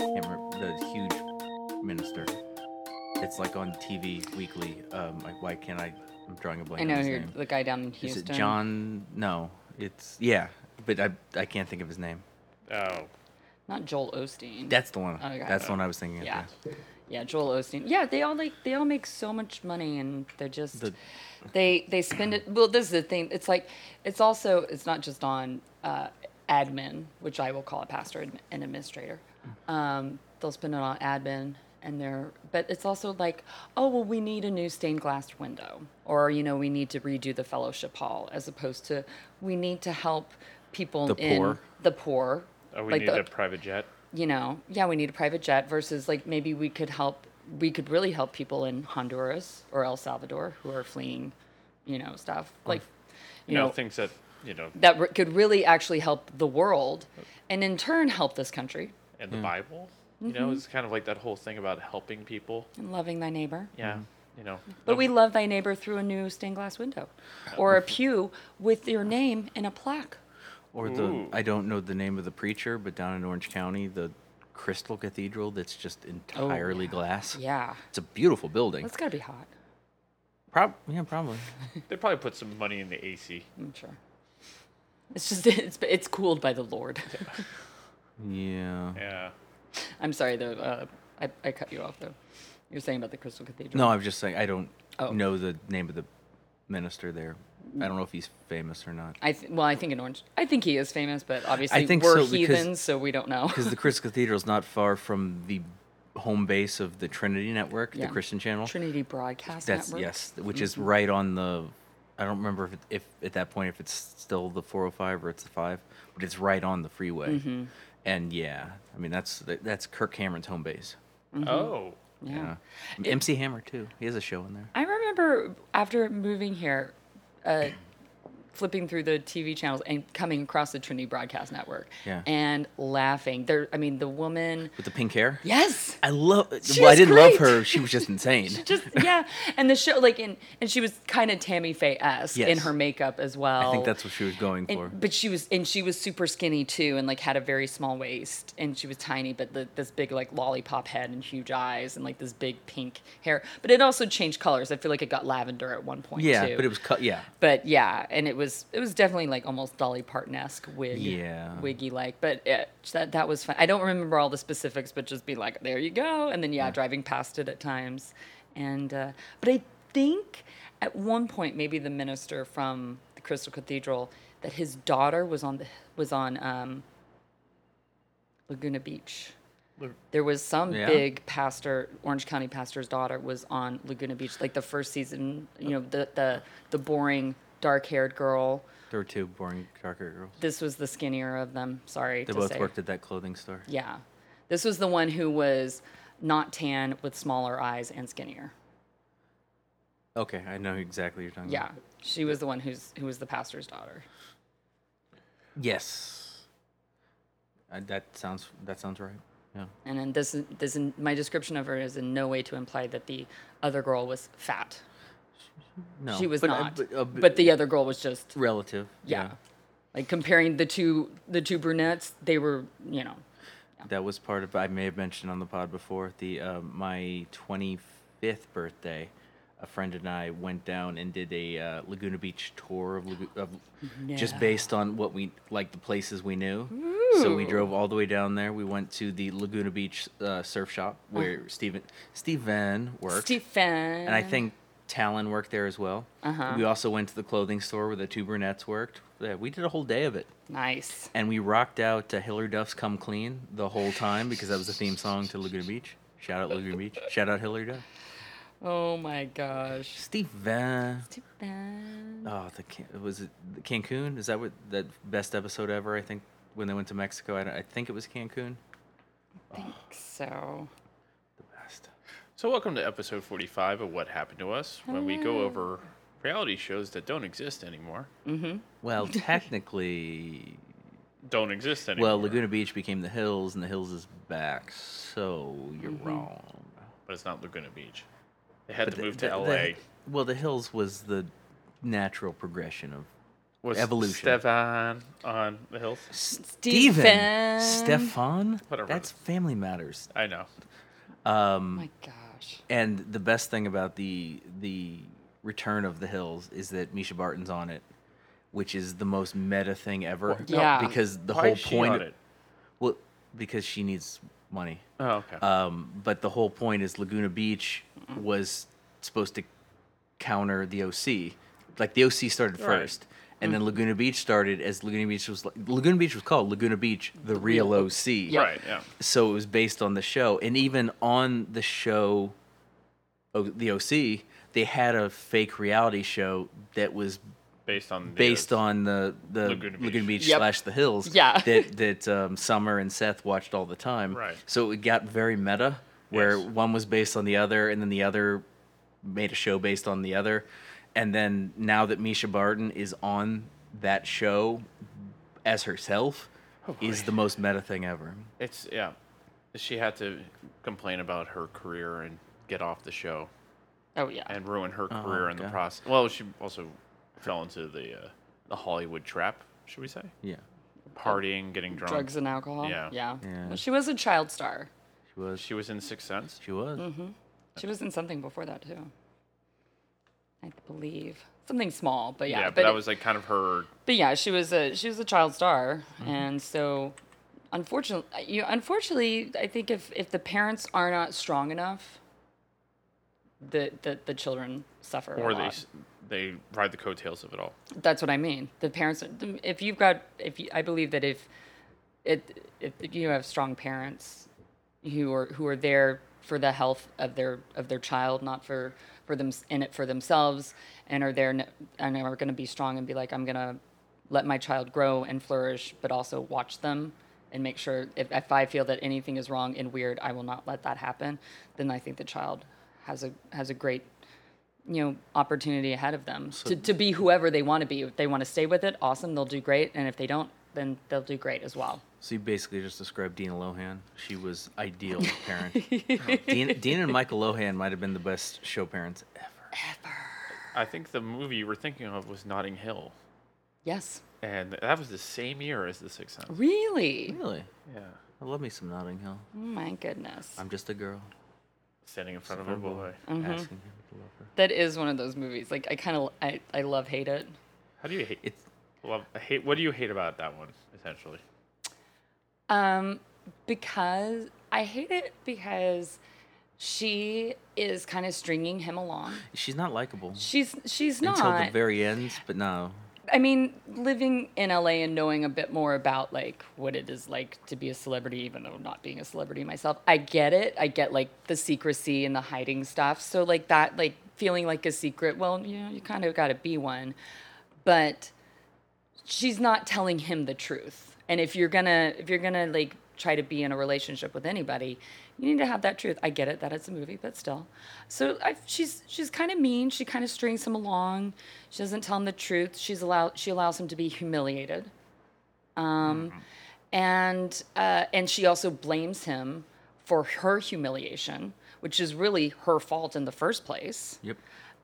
the huge minister. It's like on TV weekly. Um, like why can't I? I'm drawing a I blank. on know his who name. the guy down in Is Houston. it John? No, it's yeah, but I I can't think of his name. Oh, Not Joel Osteen. That's the one. Oh, yeah. That's the one I was thinking. of, yeah. Yeah, Joel Osteen. Yeah, they all like they all make so much money and they're just The- they they spend it well this is the thing. It's like it's also it's not just on uh, admin, which I will call a pastor admi- and administrator. Um, they'll spend it on admin and they're but it's also like, oh well we need a new stained glass window or you know, we need to redo the fellowship hall as opposed to we need to help people The in poor. the poor. oh we like need the- a private jet. you know, yeah, we need a private jet versus like maybe we could help, we could really help people in Honduras or El Salvador who are fleeing, you know, stuff. Like, you You know, know, things that you know, that re- could really actually help the world and in turn help this country in the Bible. You Mm-hmm. know, it's kind of like that whole thing about helping people. and loving thy neighbor. Yeah, you know. Mm-hmm. But no- we love thy neighbor through a new stained glass window or a pew with your name in a plaque. Or the Ooh. I don't know the name of the preacher, but down in Orange County, the Crystal Cathedral that's just entirely glass. Oh, Yeah. It's a beautiful building. That's got to be hot. Prob- yeah, probably. they probably put some money in the AC. I'm sure. It's just, it's, it's cooled by the Lord. Yeah. Yeah. I'm sorry, though. Uh, I, I cut you off, though. You're saying about the Crystal Cathedral. No, I'm just saying I don't Oh. know the name of the minister there. I don't know if he's famous or not. I th- well, I think in Orange, I think he is famous, but obviously think we're so, because- heathens, so we don't know. Because the Crystal Cathedral is not far from the home base of the Trinity Network, Yeah. the Christian channel. Trinity Broadcast That's Network. Mm-hmm. yes, which is right on the. I don't remember if, it, if at that point if it's still the 405 or it's the five, but it's right on the freeway. Mm-hmm. And yeah, I mean that's that's Kirk Cameron's home base. Mm-hmm. Oh. Yeah. Yeah. MC Hammer too. He has a show in there. I remember after moving here, uh, flipping through the TV channels and coming across the Trinity Broadcast Network, Yeah. and laughing. There, I mean, the woman. With the pink hair. Yes. I love. She well, I was didn't love great. her. She was just insane. She just yeah, and the show like in and she was kind of Tammy Faye esque in Yes. her makeup as well. I think that's what she was going for. And, but she was and she was super skinny too, and like had a very small waist, and she was tiny, but the, this big like lollipop head and huge eyes, and like this big pink hair. But it also changed colors. I feel like it got lavender at one point. yeah, too. but it was cut. Yeah, But yeah, and it was it was definitely like almost Dolly Parton esque wig, Yeah. wiggy like. But it, that that was fun. I don't remember all the specifics, but just be like, there you go. And then yeah, driving past it at times, and uh, but I think at one point maybe the minister from the Crystal Cathedral that his daughter was on the was on um, Laguna Beach. There was some Yeah. big pastor, Orange County pastor's daughter was on Laguna Beach, like the first season. You know, the the the boring dark-haired girl. there were two boring darker girls. This was the skinnier of them. Sorry They to both say. worked at that clothing store. Yeah, this was the one who was not tan with smaller eyes and skinnier. Okay, I know exactly what you're talking Yeah, about. she was the one who's who was the pastor's daughter. Yes. Uh, that sounds. That sounds right. Yeah. And then this this my description of her is in no way to imply that the other girl was fat. No, she was but, uh, not, but, uh, b- but the other girl was just relative. yeah. Like comparing the two the two brunettes, they were, you know. that was part of. I may have mentioned on the pod before the uh, my 25th birthday. A friend and I went down and did a uh, Laguna Beach tour of, Lagu- of just No. based on what we like the places we knew. So we drove all the way down there. We went to the Laguna Beach uh, surf shop where Uh-huh. Steven Steve Van worked. Stephen. And I think Talon worked there as well. We also went to the clothing store where the two brunettes worked. Yeah, we did a whole day of it. nice. And we rocked out to Hillary Duff's Come Clean the whole time because that was the theme song to Laguna Beach. Shout out Laguna Beach. Shout out Hillary Duff. Oh my gosh. Steve Van. Stephen. Oh, the Can- was it the Cancun? Is that what that best episode ever? I think when they went to Mexico, I, don't- I think it was Cancun. So The best. So welcome to episode 45 of What Happened to Us, when we go over reality shows that don't exist anymore. Well, technically, Don't exist anymore. well, Laguna Beach became the Hills, and the Hills is back. So you're wrong. But it's not Laguna Beach. They had to the- move the- to the- LA. well, the hills was the natural progression of Was Evolution. Stefan on the hills? Steven. Stefan. Stefan? Whatever. That's Family Matters. I know. Oh my gosh. And the best thing about the the return of the hills is that Misha Barton's on it, which is the most meta thing ever. No, Yeah. Because the Why whole is she point on it? Well, because she needs money. Oh, okay. Um, but the whole point is Laguna Beach was supposed to counter the OC. Like the OC started Right. first, and then Laguna Beach started as Laguna Beach was Laguna Beach was called Laguna Beach, the, real real- OC. yeah. Right. Yeah. So it was based on the show, and even on the show, O- the OC, they had a fake reality show that was Based on the based on the the Laguna Laguna Beach. Beach, Yep. slash the hills. Yeah. That that um, Summer and Seth watched all the time. Right. So it got very meta, where Yes. one was based on the other, and then the other made a show based on the other, and then now that Misha Barton is on that show as herself, is the most meta thing ever. It's yeah. She had to complain about her career and get off the show Oh yeah. and ruin her career in the God. process. Well, she also fell into the uh, the Hollywood trap, should we say? Yeah. Partying, getting drunk. Drugs and alcohol. Yeah. Yeah. Yeah. Well, she was a child star. She was. She was in Sixth Sense. She was. Mm-hmm. She was in something before that too. I believe something small, but yeah. Yeah, but that it- was like kind of her. But yeah, she was a she was a child star, Mm-hmm. and so unfortunately, you unfortunately, I think if if the parents are not strong enough, the the, the children suffer. a Or they lot. s- they ride the coattails of it all. That's what I mean. The parents, if you've got, if you, I believe that if it, if you have strong parents who are who are there for the health of their of their child, not for for them in it for themselves, and are there n- and are going to be strong and be like, I'm going to let my child grow and flourish, but also watch them and make sure if, if I feel that anything is wrong and weird, I will not let that happen. Then I think the child has a has a great you know opportunity ahead of them to, to be whoever they want to be if they want to stay with it awesome they'll do great and if they don't then they'll do great as well So you basically just described Dina Lohan. She was ideal parent. Dina, Dina and Michael Lohan might have been the best show parents ever. I think the movie you were thinking of was Notting Hill, yes and that was the same year as the Sixth Sense. really Really? Yeah, I love me some Notting Hill. oh my goodness I'm just a girl standing in front of a boy. Mm-hmm. asking him to love her. that is one of those movies like i kind of i, I love hate it How do you hate? It's Well, I hate. What do you hate about that one essentially? Um, because I hate it because she is kind of stringing him along. she's not likable She's she's not. until the very end, but no. I mean, living in LA and knowing a bit more about like what it is like to be a celebrity, even though not being a celebrity myself, I get it. I get like the secrecy and the hiding stuff. So like that, like feeling like a secret. Well, you know, you kind of got to be one, but she's not telling him the truth. And if you're gonna, if you're gonna like try to be in a relationship with anybody, you need to have that truth. I get it that it's a movie, but still. So I, she's she's kind of mean. She kind of strings him along. She doesn't tell him the truth. She's allow she allows him to be humiliated. Um, and uh, and she also blames him for her humiliation, which is really her fault in the first place Yep.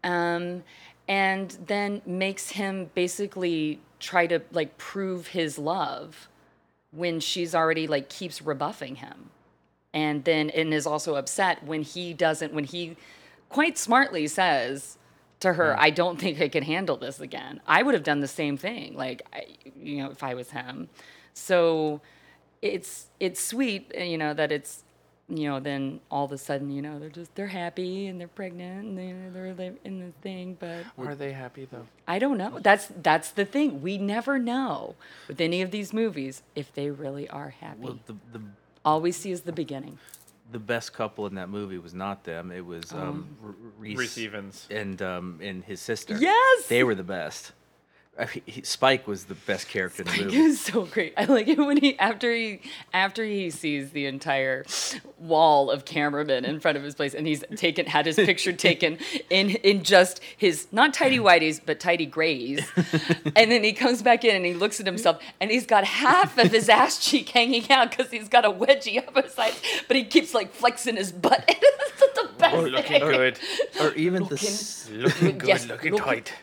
um, and then makes him basically try to like prove his love when she's already like keeps rebuffing him and then and is also upset when he doesn't when he quite smartly says to her i don't think i can handle this again i would have done the same thing like I, you know if i was him so it's it's sweet uh, you know that it's you know then all of a sudden you know they're just they're happy and they're pregnant and they're, they're li- in the thing but Are they happy though? i don't know that's that's the thing we never know with any of these movies if they really are happy Well, the, the all we see is the beginning the best couple in that movie was not them. It was um, R- R- Reese Reese Evans. and um, and his sister. Yes! they were the best. I mean, he- Spike was the best character in the It movie. was so great. I like it when he after he after he sees the entire wall of cameramen in front of his place, and he's taken had his picture taken in in just his not tidy whities but tidy grays, and then he comes back in and he looks at himself, and he's got half of his ass cheek hanging out because he's got a wedgie up his side, but he keeps like flexing his butt. it's the best Oh, looking thing. good. Or even the s- Looking good. Yes, looking looking- tight.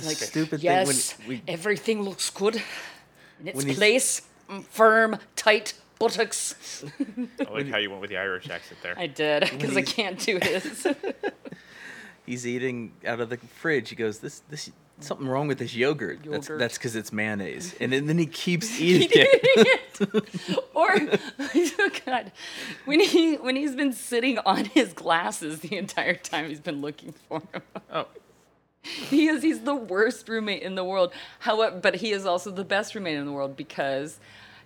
the stupid Yes, thing when we everything looks good in its When he's- place. Mm, Firm, tight buttocks. I like how you went with the Irish accent there. I did because I he's- can't do his. he's eating out of the fridge. He goes, "This, this, something wrong with this yogurt." That's Yogurt. that's because it's mayonnaise, and then, then he keeps eating it. or oh God, when he when he's been sitting on his glasses the entire time he's been looking for him. Oh, He is he's the worst roommate in the world. However, but he is also the best roommate in the world because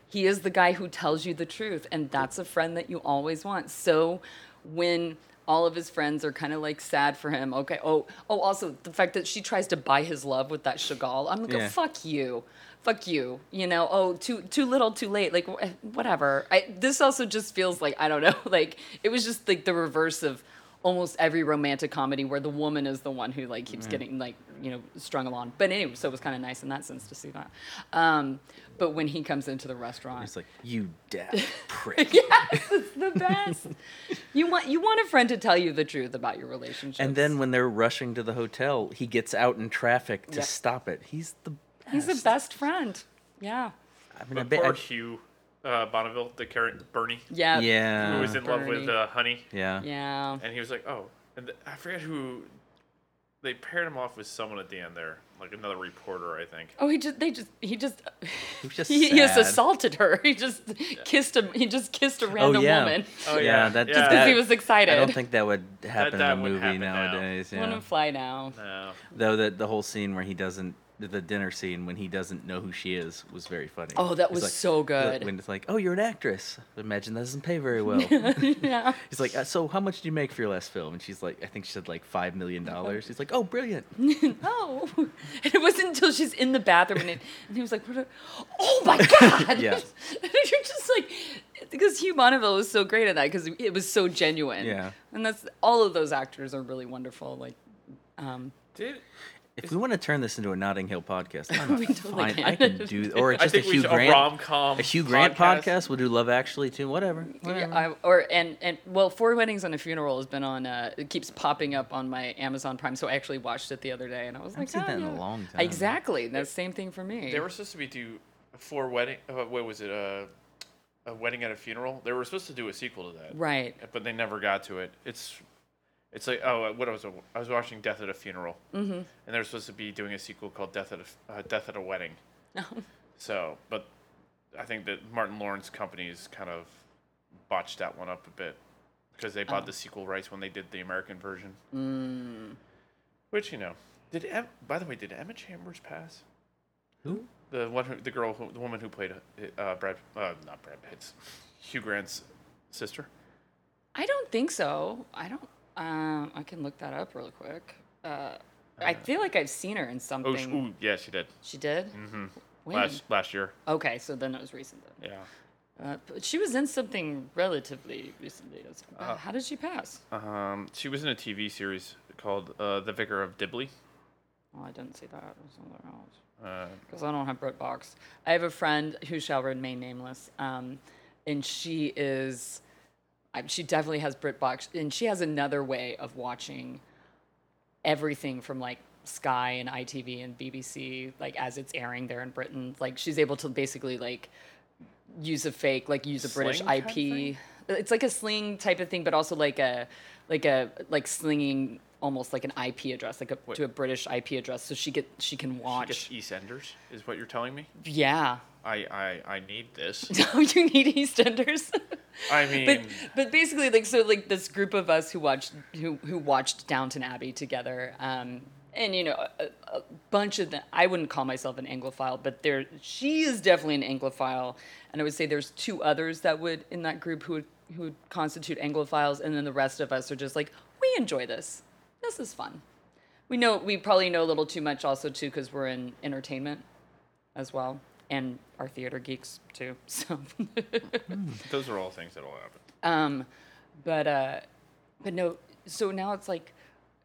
he is the guy who tells you the truth and that's a friend that you always want. So when all of his friends are kind of like sad for him. Okay. Oh, oh. Also, the fact that she tries to buy his love with that Chagall. I'm like, Yeah. fuck you, fuck you. You know. Oh, too too little, too late. Like wh- whatever. I, this also just feels like I don't know. Like it was just like the reverse of almost every romantic comedy where the woman is the one who like Mm-hmm. keeps getting like you know strung along. But anyway, so it was kind of nice in that sense to see that. Um, but when he comes into the restaurant, He's like, "You daft prick." the best. you want you want a friend to tell you the truth about your relationship. And then when they're rushing to the hotel, he gets out in traffic to Yeah. stop it. He's the best. he's the best friend. Yeah. I mean, I but bet. poor I- Hugh uh, Bonneville, the current Bernie, Yeah. yeah. who was in love with Bernie. uh, Honey, yeah. Yeah. and he was like, oh, and th- I forget who. They paired him off with someone at the end there, like another reporter, I think. Oh, he just they just he just He was just he, he just sad. assaulted her. He just kissed him. He just kissed a Oh random yeah. woman. Oh, yeah. yeah. That, Just that- 'cause he was excited. I don't think that would happen that in a wouldn't movie happen now. nowadays. Want Yeah. to fly now? Uh, No. Though that the whole scene where he doesn't, the dinner scene when he doesn't know who she is was very funny. Oh, that He's was so good. When it's like, oh, you're an actress. Imagine that doesn't pay very well. yeah. He's like, uh, so how much did you make for your last film? And she's like, I think she said like five million dollars. He's like, oh, brilliant. Oh, and it wasn't until she's in the bathroom and, it, and he was like, what are, "Oh my god!" Yeah. and you're just like, because Hugh Bonneville was so great at that because it was so genuine. Yeah. and that's all of those actors are really wonderful. Like, um, Did If we want to turn this into a Notting Hill podcast, I'm We totally fine. I can. can do, or I just a think we Hugh should a rom Grant, com. a Hugh Grant podcast. We'll do Love Actually too. Whatever. yeah, whatever. I, or and and well, Four Weddings and a Funeral has been on. Uh, it keeps popping up on my Amazon Prime, so I actually watched it the other day, and I was like, seen "Oh, that in a yeah." long time. Exactly, that's the same thing for me. They were supposed to be do four wedding. Uh, what was it? Uh, a wedding at a funeral. They were supposed to do a sequel to that. right. But they never got to it. It's, it's like oh, what I was I was watching Death at a Funeral. Mm-hmm. And they're supposed to be doing a sequel called Death at a uh, Death at a Wedding. Oh. so, but I think that Martin Lawrence companies kind of botched that one up a bit because they bought the sequel rights when they did the American version. Oh. Mm. Which you know, did em- by the way, did Emma Chambers pass? Who? The one, who, the girl, who, the woman who played uh, uh, Brad, uh, not Brad Pitt's, Hugh Grant's sister. I don't think so. I don't. Um, I can look that up real quick. Uh, I feel like I've seen her in Oh, sh- something. ooh, yeah, she did she did. Mm-hmm. When? last last year. Okay, so then it was recent. Then. Yeah, Uh, but she was in something relatively recently. That's- how did she pass? um, she was in a TV series called uh, The Vicar of Dibley. Oh, I didn't see that. It was somewhere else. Uh, because I don't have BritBox. I have a friend who shall remain nameless, um, and she is, I- she definitely has BritBox, and she has another way of watching everything from like Sky and ITV and BBC, like as it's airing there in Britain. Like she's able to basically like use a fake, like use a British Sling type IP. It's like a sling type of thing, but also like a like a like slinging almost like an IP address, like a, to a British IP address, so she get she can I watch. guess EastEnders is what you're telling me. Yeah. I I, I need this. No, you need EastEnders. I mean, but but basically, like so, like this group of us who watched who who watched Downton Abbey together, um, and you know, a, a bunch of them. I wouldn't call myself an Anglophile, but there she is definitely an Anglophile, and I would say there's two others that would in that group who would who would constitute Anglophiles, and then the rest of us are just like we enjoy this. This is fun. We know we probably know a little too much also too because we're in entertainment as well and our theater geeks too so those are all things that'll happen. um but uh but no so now it's like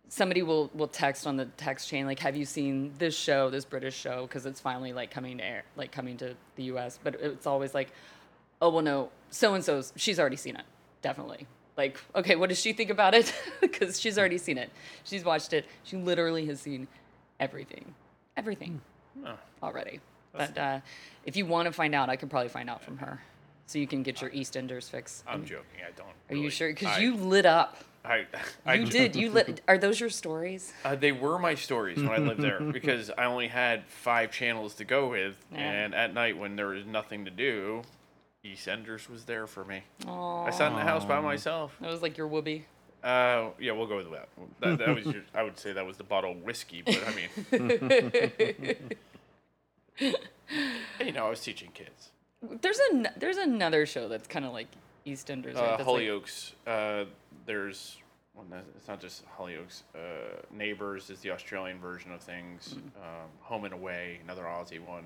somebody will will text on the text chain like have you seen this show this british show because it's finally like coming to air like coming to the us but it's always like oh well no so and so's she's already seen it definitely like okay what does she think about it because she's already seen it she's watched it she literally has seen everything everything Oh. already. But uh, if you want to find out, I could probably find out from her, so you can get your EastEnders fix. I'm joking. I don't. Are you really. sure? Because I- you lit up. I, I, You did. You lit. Are those your stories? Uh, they were my stories when I lived there because I only had five channels to go with, Yeah. and at night when there was nothing to do, EastEnders was there for me. Oh, I sat in the house by myself. that was like your whoopee. Uh, yeah, we'll go with that. That, that was your, I would say that was the bottle of whiskey, but I mean, you know, I was teaching kids. There's an there's another show that's kind of like EastEnders. Uh, right? That's like- Hollyoaks. Uh, there's well, no, it's not just Hollyoaks. Uh, Neighbors is the Australian version of things. Mm-hmm. Um, Home and Away, another Aussie one.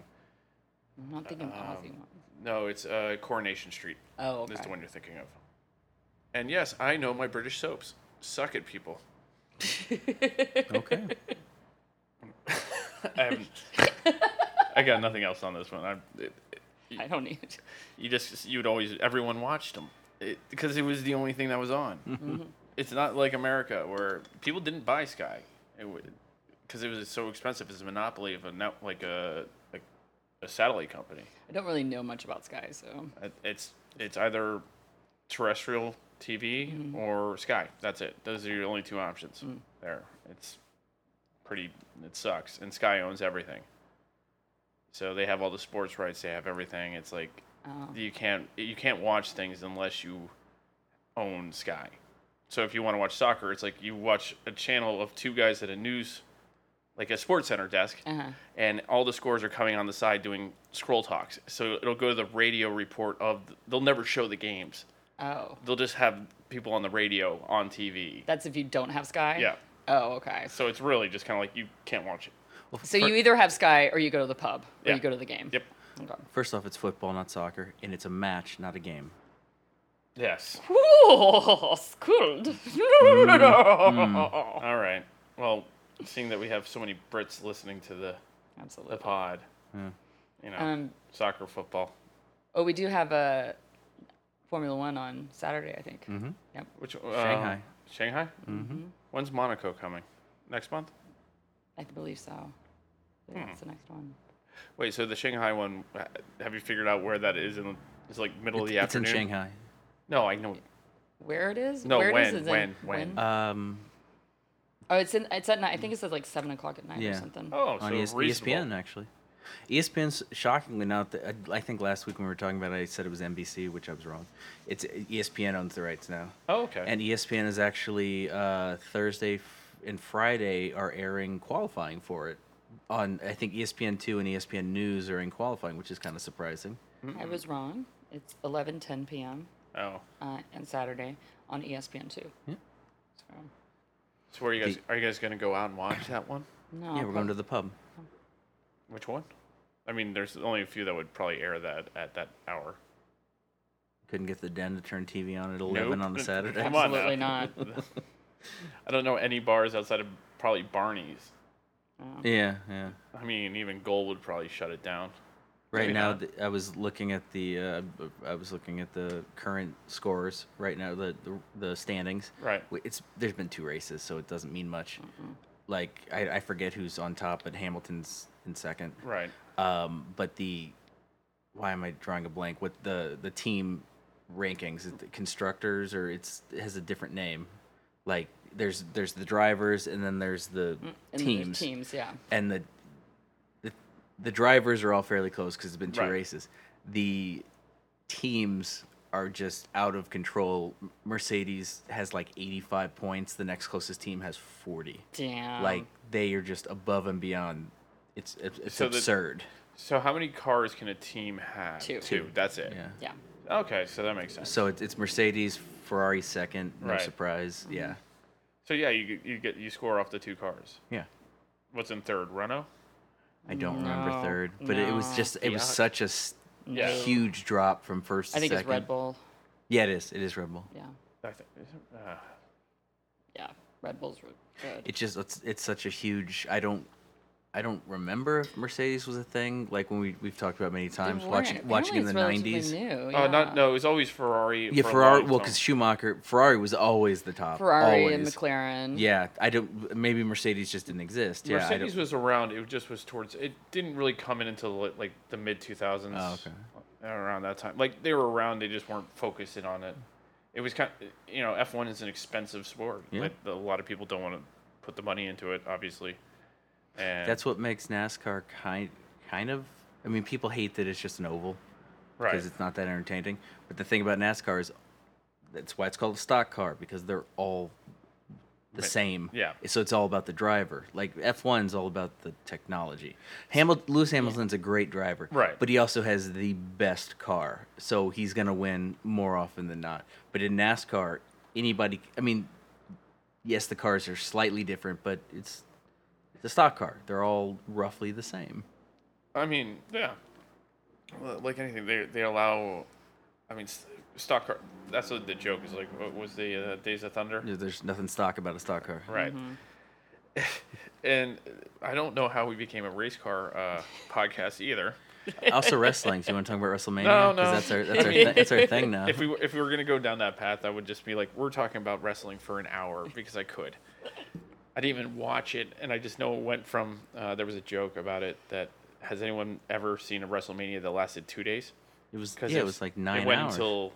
I'm not thinking Aussie one. No, it's uh, Coronation Street. Oh, Is okay. the one you're thinking of. And yes, I know my British soaps. Suck it, people. Okay. I, haven't- Um, I got nothing else on this one. I, it, it- I don't need. It. you just you'd always everyone watched them because it, was the only thing that was on. It's not like America where people didn't buy Sky, because it, was so expensive. It's a monopoly of a net, like a like a satellite company. I don't really know much about Sky, so It- It's it's either terrestrial TV or Sky. That's it. Those are your only two options there. It's pretty. It sucks, and Sky owns everything. So they have all the sports rights. They have everything. It's like Oh. you can't you can't watch things unless you own Sky. So if you want to watch soccer, it's like you watch a channel of two guys at a news, like a sports center desk, Uh-huh. and all the scores are coming on the side doing scroll talks. So it'll go to the radio report of. The, they'll never show the games. oh, They'll just have people on the radio on TV. that's if you don't have Sky. Yeah. Oh, okay. So it's really just kind of like you can't watch it. So you either have Sky or you go to the pub or Yeah. you go to the game. Yep. Okay. First off, it's football, not soccer, and it's a match, not a game. Yes. Ooh, schooled. Mm-hmm. Hmm. All right. Well, seeing that we have so many Brits listening to the the Absolutely. pod, you know, Um, soccer, football. Oh, we do have a Formula One on Saturday, I think. Yep. Which uh, Shanghai. Shanghai. Mm-hmm. When's Monaco coming? Next month. I believe so. I think Hmm. That's the next one. Wait, so the Shanghai one. uh, Have you figured out where that is? In it's like middle of the It's in afternoon. Shanghai. No, I know. Where it is? No, Where it is when, is in- when, when. Um, Oh, it's in. It's at night. I think it says like seven o'clock at night or Yeah. something. Oh, so on E ES- reasonable. ESPN actually. E ESPN's shockingly not. The, uh, I- I think last week when we were talking about it, I said it was NBC, which I was wrong. It's uh, E ESPN owns the rights now, Oh, okay. and E ESPN is actually uh, Thursday f- and Friday are airing qualifying for it. On I think E ESPN two and ESPN News are in qualifying, which is kind of surprising. I was wrong. It's eleven ten p.m. oh, Uh, and Saturday on E ESPN two. Yeah. So, so where are you guys? The- Are you guys gonna go out and watch that one? no. yeah, we're going to the pub. Which one? I mean, there's only a few that would probably air that at that hour. Couldn't get the den to turn TV on at eleven on the Nope. Saturday. Come on now. Absolutely not. I don't know any bars outside of probably Barney's. Yeah, yeah. I mean, even Gold would probably shut it down. Right Maybe now, not. th- I was looking at the uh, b- I was looking at the current scores right now, the the, the standings. Right. Mm-hmm. W- It's there's been two races, so it doesn't mean much. Like I, I forget who's on top, but Hamilton's in second. Right. Um, but the why am I drawing a blank? What the the team rankings? Is it constructors or it's it has a different name? Like there's there's the drivers and then there's Mm, the And there's teams Teams. Yeah. and the the, the drivers are all fairly close because it's been two Right. races. The teams are just out of control. M- Mercedes has like 85 points. The next closest team has 40. Damn. like they are just above and beyond. It's it's, it's So the- absurd. So how many cars can a team have? Two. Two. That's it. yeah. Yeah. Okay, so that makes sense. So it's it's Mercedes, Ferrari second. No Right. surprise. Yeah. So yeah, you you get you score off the two cars. Yeah. What's in third? Renault. I don't remember No, third, but it was no. just it was Fiat. such a s- Yeah. huge drop from first I to think second. it's Red Bull. Yeah, it is. It is Red Bull. Yeah. I think. is it- Uh, Yeah. Red Bull's re- good. It just it's, it's such a huge. I don't. I don't remember if Mercedes was a thing. Like when we we've talked about many times, They watching weren't. watching in the Apparently it's nineties. relatively New, Oh, not yeah. no. It was always Ferrari. Yeah, for a Ferrari. long Well, time. because Schumacher, Ferrari was always the top. Ferrari always. and McLaren. Yeah, I don't. Maybe Mercedes just didn't exist. Yeah, I Mercedes don't, was around. It just was towards. It didn't really come in until like, like the mid two thousands. Oh, okay. Around that time, like they were around, they just weren't focusing on it. It was kind, you know, F one is an expensive sport. Yeah. Like, a lot of people don't want to put the money into it, obviously. And that's what makes NASCAR kind kind of. I mean, people hate that it's just an oval right. because it's not that entertaining. But the thing about NASCAR is that's why it's called a stock car because they're all the Right. same. Yeah. So it's all about the driver. Like F1 is all about the technology. Hamil- Lewis Hamilton's a great driver. Right. But he also has the best car. So he's going to win more often than not. But in NASCAR, anybody, I mean, yes, the cars are slightly different, but it's the stock car. They're all roughly the same. I mean, yeah. Well, Like anything, they they allow. I mean, s- stock car. That's what the joke is. Like, what was the uh, Days of Thunder? There's nothing stock about a stock car. Right. and I don't know how we became a race car uh, podcast either. also wrestling. Do you want to talk about WrestleMania? No, 'Cause no. That's our that's I our, mean- thi- that's our thing now. If we were- if we were gonna go down that path, I would just be like, we're talking about wrestling for an hour because I could. I didn't even watch it, and I just know it went from uh, there was a joke about it that has anyone ever seen a WrestleMania that lasted two days? It was 'Cause yeah, it was like nine It went hours. until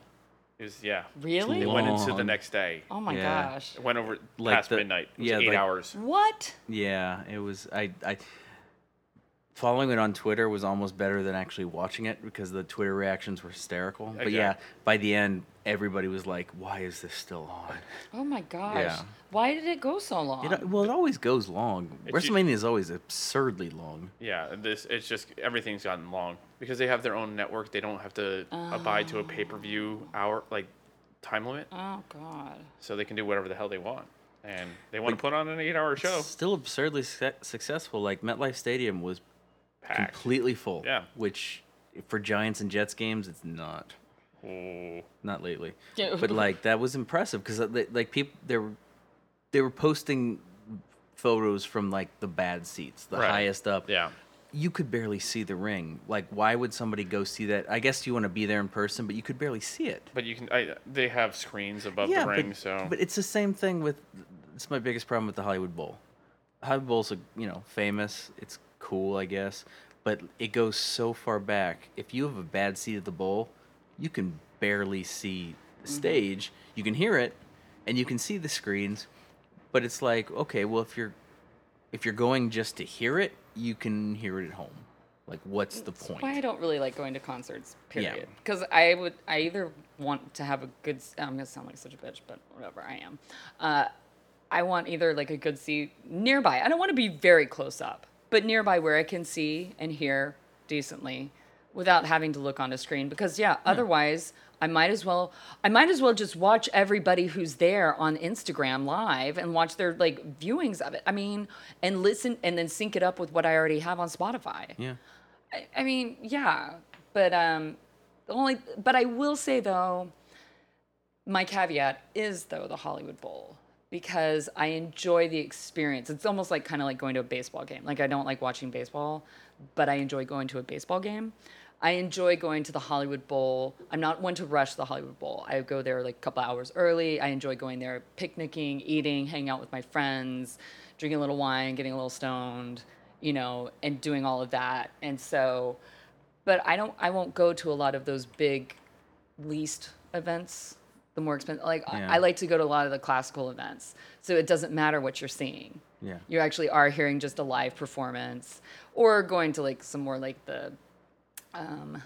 it was yeah. Really? It went into the Long. next day. Oh my Yeah. gosh. It went over Like past the- midnight. It was yeah, eight like- hours. What? yeah, it was. I I following it on Twitter was almost better than actually watching it because the Twitter reactions were hysterical. But yeah, Exactly. by the end, everybody was like, "Why is this still on?" Oh my gosh. Yeah. Why did it go so long? It, well, it always goes long. It's u- WrestleMania is always absurdly long. Yeah, this it's just everything's gotten long because they have their own network. They don't have to abide to a pay per view hour like time limit, oh god. so they can do whatever the hell they want. And they want to put on an eight hour show. Still absurdly suc- successful. Like MetLife Stadium was Packed. completely full. Yeah. Which for Giants and Jets games, it's not. Ooh. not lately Yeah. but like that was impressive because like people they were they were posting photos from like the bad seats the Right. highest up Yeah. you could barely see the ring like why would somebody go see that i guess you want to be there in person but you could barely see it But you can. I, they have screens above the ring, but, so but it's the same thing with it's my biggest problem with the hollywood bowl hollywood bowl's a, you know famous it's cool i guess but it goes so far back if you have a bad seat at the bowl you can barely see Mm-hmm. the stage you can hear it and you can see the screens but it's like okay well if you're if you're going just to hear it you can hear it at home like what's the point Why I don't really like going to concerts, period. Because I would, I either want to have a good. s- I'm gonna sound like such a bitch, but whatever. I am. Uh, I want either like a good seat nearby. I don't want to be very close up, but nearby where I can see and hear decently without having to look on a screen. Because yeah, otherwise I might as well. I might as well just watch everybody who's there on Instagram live and watch their like viewings of it. I mean, and listen and then sync it up with what I already have on Spotify. yeah I, I mean, yeah, but um, the only but I will say though, my caveat is though the Hollywood Bowl because I enjoy the experience. It's almost like kind of like going to a baseball game. Like I don't like watching baseball, but I enjoy going to a baseball game. I enjoy going to the Hollywood Bowl. I'm not one to rush the Hollywood Bowl. I go there like a couple hours early. I enjoy going there picnicking, eating, hanging out with my friends, drinking a little wine, getting a little stoned, you know, and doing all of that. And so but I don't I won't go to a lot of those big least events the more expensive like I- Yeah. I, like to go to a lot of the classical events so it doesn't matter what you're seeing Yeah. you actually are hearing just a live performance or going to like some more like the um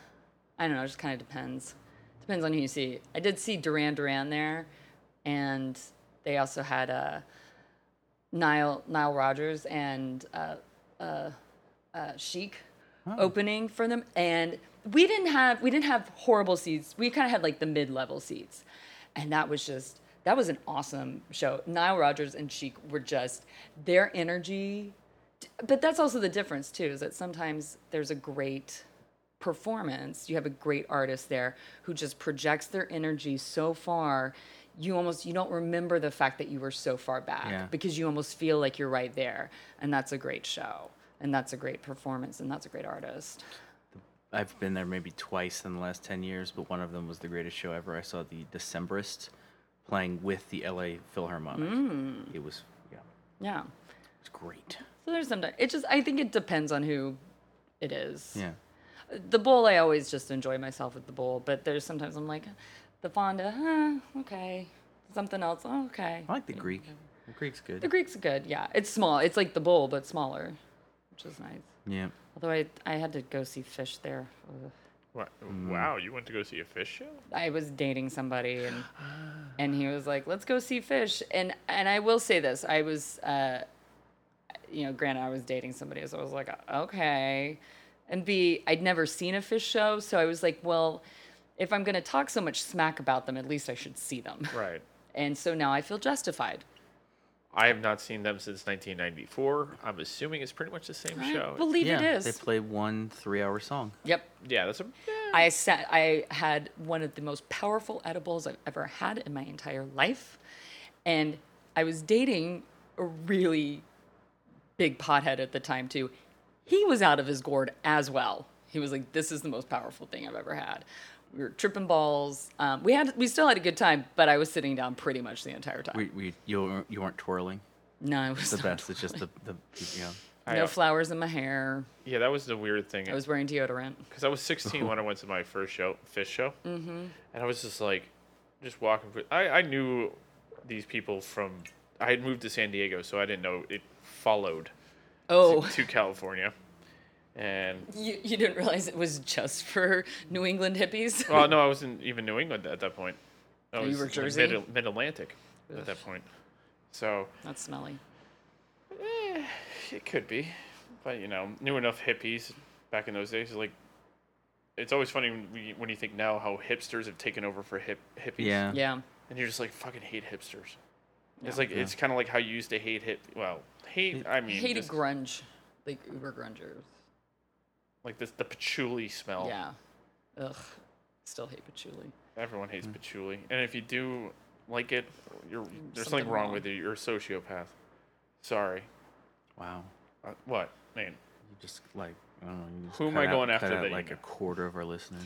I don't know it just kind of depends depends on who you see I did see Duran Duran there and they also had uh, Nile Nile Rodgers and uh, uh, chic opening for them and we didn't have we didn't have horrible seats we kind of had like the mid-level seats and that was just that was an awesome show nile rodgers and chic were just their energy but that's also the difference too is that sometimes there's a great performance you have a great artist there who just projects their energy so far you almost you don't remember the fact that you were so far back Yeah. because you almost feel like you're right there and that's a great show and that's a great performance, and that's a great artist. I've been there maybe twice in the last 10 years, but one of them was the greatest show ever. I saw the Decemberists playing with the LA Philharmonic. Mm. It was, yeah, it Yeah. was great. So there's sometimes it just I think it depends on who it is. Yeah. The bowl I always just enjoy myself with the bowl, but there's sometimes I'm like the fonda, huh, okay. Something else, oh, okay. I like the Greek. The Greek's good. The Greek's good, yeah. It's small. It's like the bowl but smaller, which is nice. yeah. Although I I had to go see fish there. Ugh. Wow, Mm. wow, you went to go see a fish show? I was dating somebody and and he was like, "Let's go see fish." And and I will say this, I was uh you know, granted I was dating somebody, so I was like, "Okay." And B, I'd never seen a fish show, so I was like, "Well, if I'm going to talk so much smack about them, at least I should see them." Right. And so now I feel justified. I have not seen them since 1994. I'm assuming it's pretty much the same show. I believe yeah. it is. They play one three hour song. yep. yeah, that's a. Yeah. I sat, I had one of the most powerful edibles I've ever had in my entire life. And I was dating a really big pothead at the time, too. He was out of his gourd as well. He was like, This is the most powerful thing I've ever had. We were tripping balls. Um, we had we still had a good time, but I was sitting down pretty much the entire time. We, we, you, weren't- you weren't twirling. no, I was The not- best. It's just the, the you know. I, no uh, flowers in my hair. Yeah, that was the weird thing. I was wearing deodorant. because I was 16 when I went to my first show, fish show, mm-hmm. and I was just like, just walking. through- I I knew these people from. I had moved to San Diego, so I didn't know it followed to, Oh, to California, and you, you didn't realize it was just for New England hippies? well, no, I wasn't even New England at that point. I Oh, you was were in Jersey? mid Mid Atlantic at that point, so That's smelly. it could be, but you know, knew enough hippies back in those days. Like, it's always funny when, we, when you think now how hipsters have taken over for hip hippies. Yeah. Yeah. and you're just like fucking hate hipsters. It's like it's kind of like how you used to hate hip. Well, hate. I mean, hated just, grunge, like uber grungers. like this the patchouli smell. Yeah. Ugh. Still hate patchouli. everyone hates Mm-hmm. patchouli, and if you do like it, you're there's something, Something wrong, wrong. with you. You're a sociopath. Sorry. Wow. Uh, what man? You just like, I don't know. you just Who am cut I out- going cut after out, that you like know? a quarter of our listeners.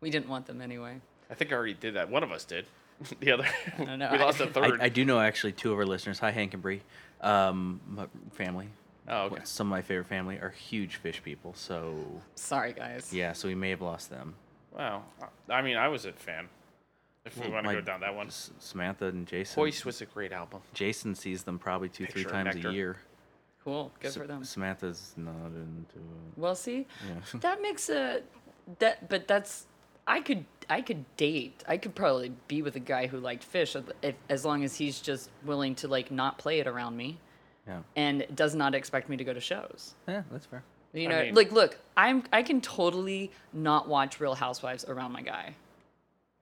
We didn't want them anyway. I think I already did that. One of us did. the other, don't know. we lost a I- I, third. I do know actually two of our listeners. Hi, Hank and Bree. Um, my family. Oh, okay. Some of my favorite family are huge fish people. So Sorry, guys. yeah, so we may have lost them. wow. I mean, I was a fan. If we want to my- go down that one, S- Samantha and Jason. Hoist was a great album. Jason sees them probably two, three Picture times Nectar. a year. Cool. Good Sa- for them. Samantha's not into it. Well, see, that makes a that, but that's I could I could date. I could probably be with a guy who liked fish if, as long as he's just willing to like not play it around me Yeah. and does not expect me to go to shows. Yeah, that's fair. You I know, mean- like look, I'm I can totally not watch Real Housewives around my guy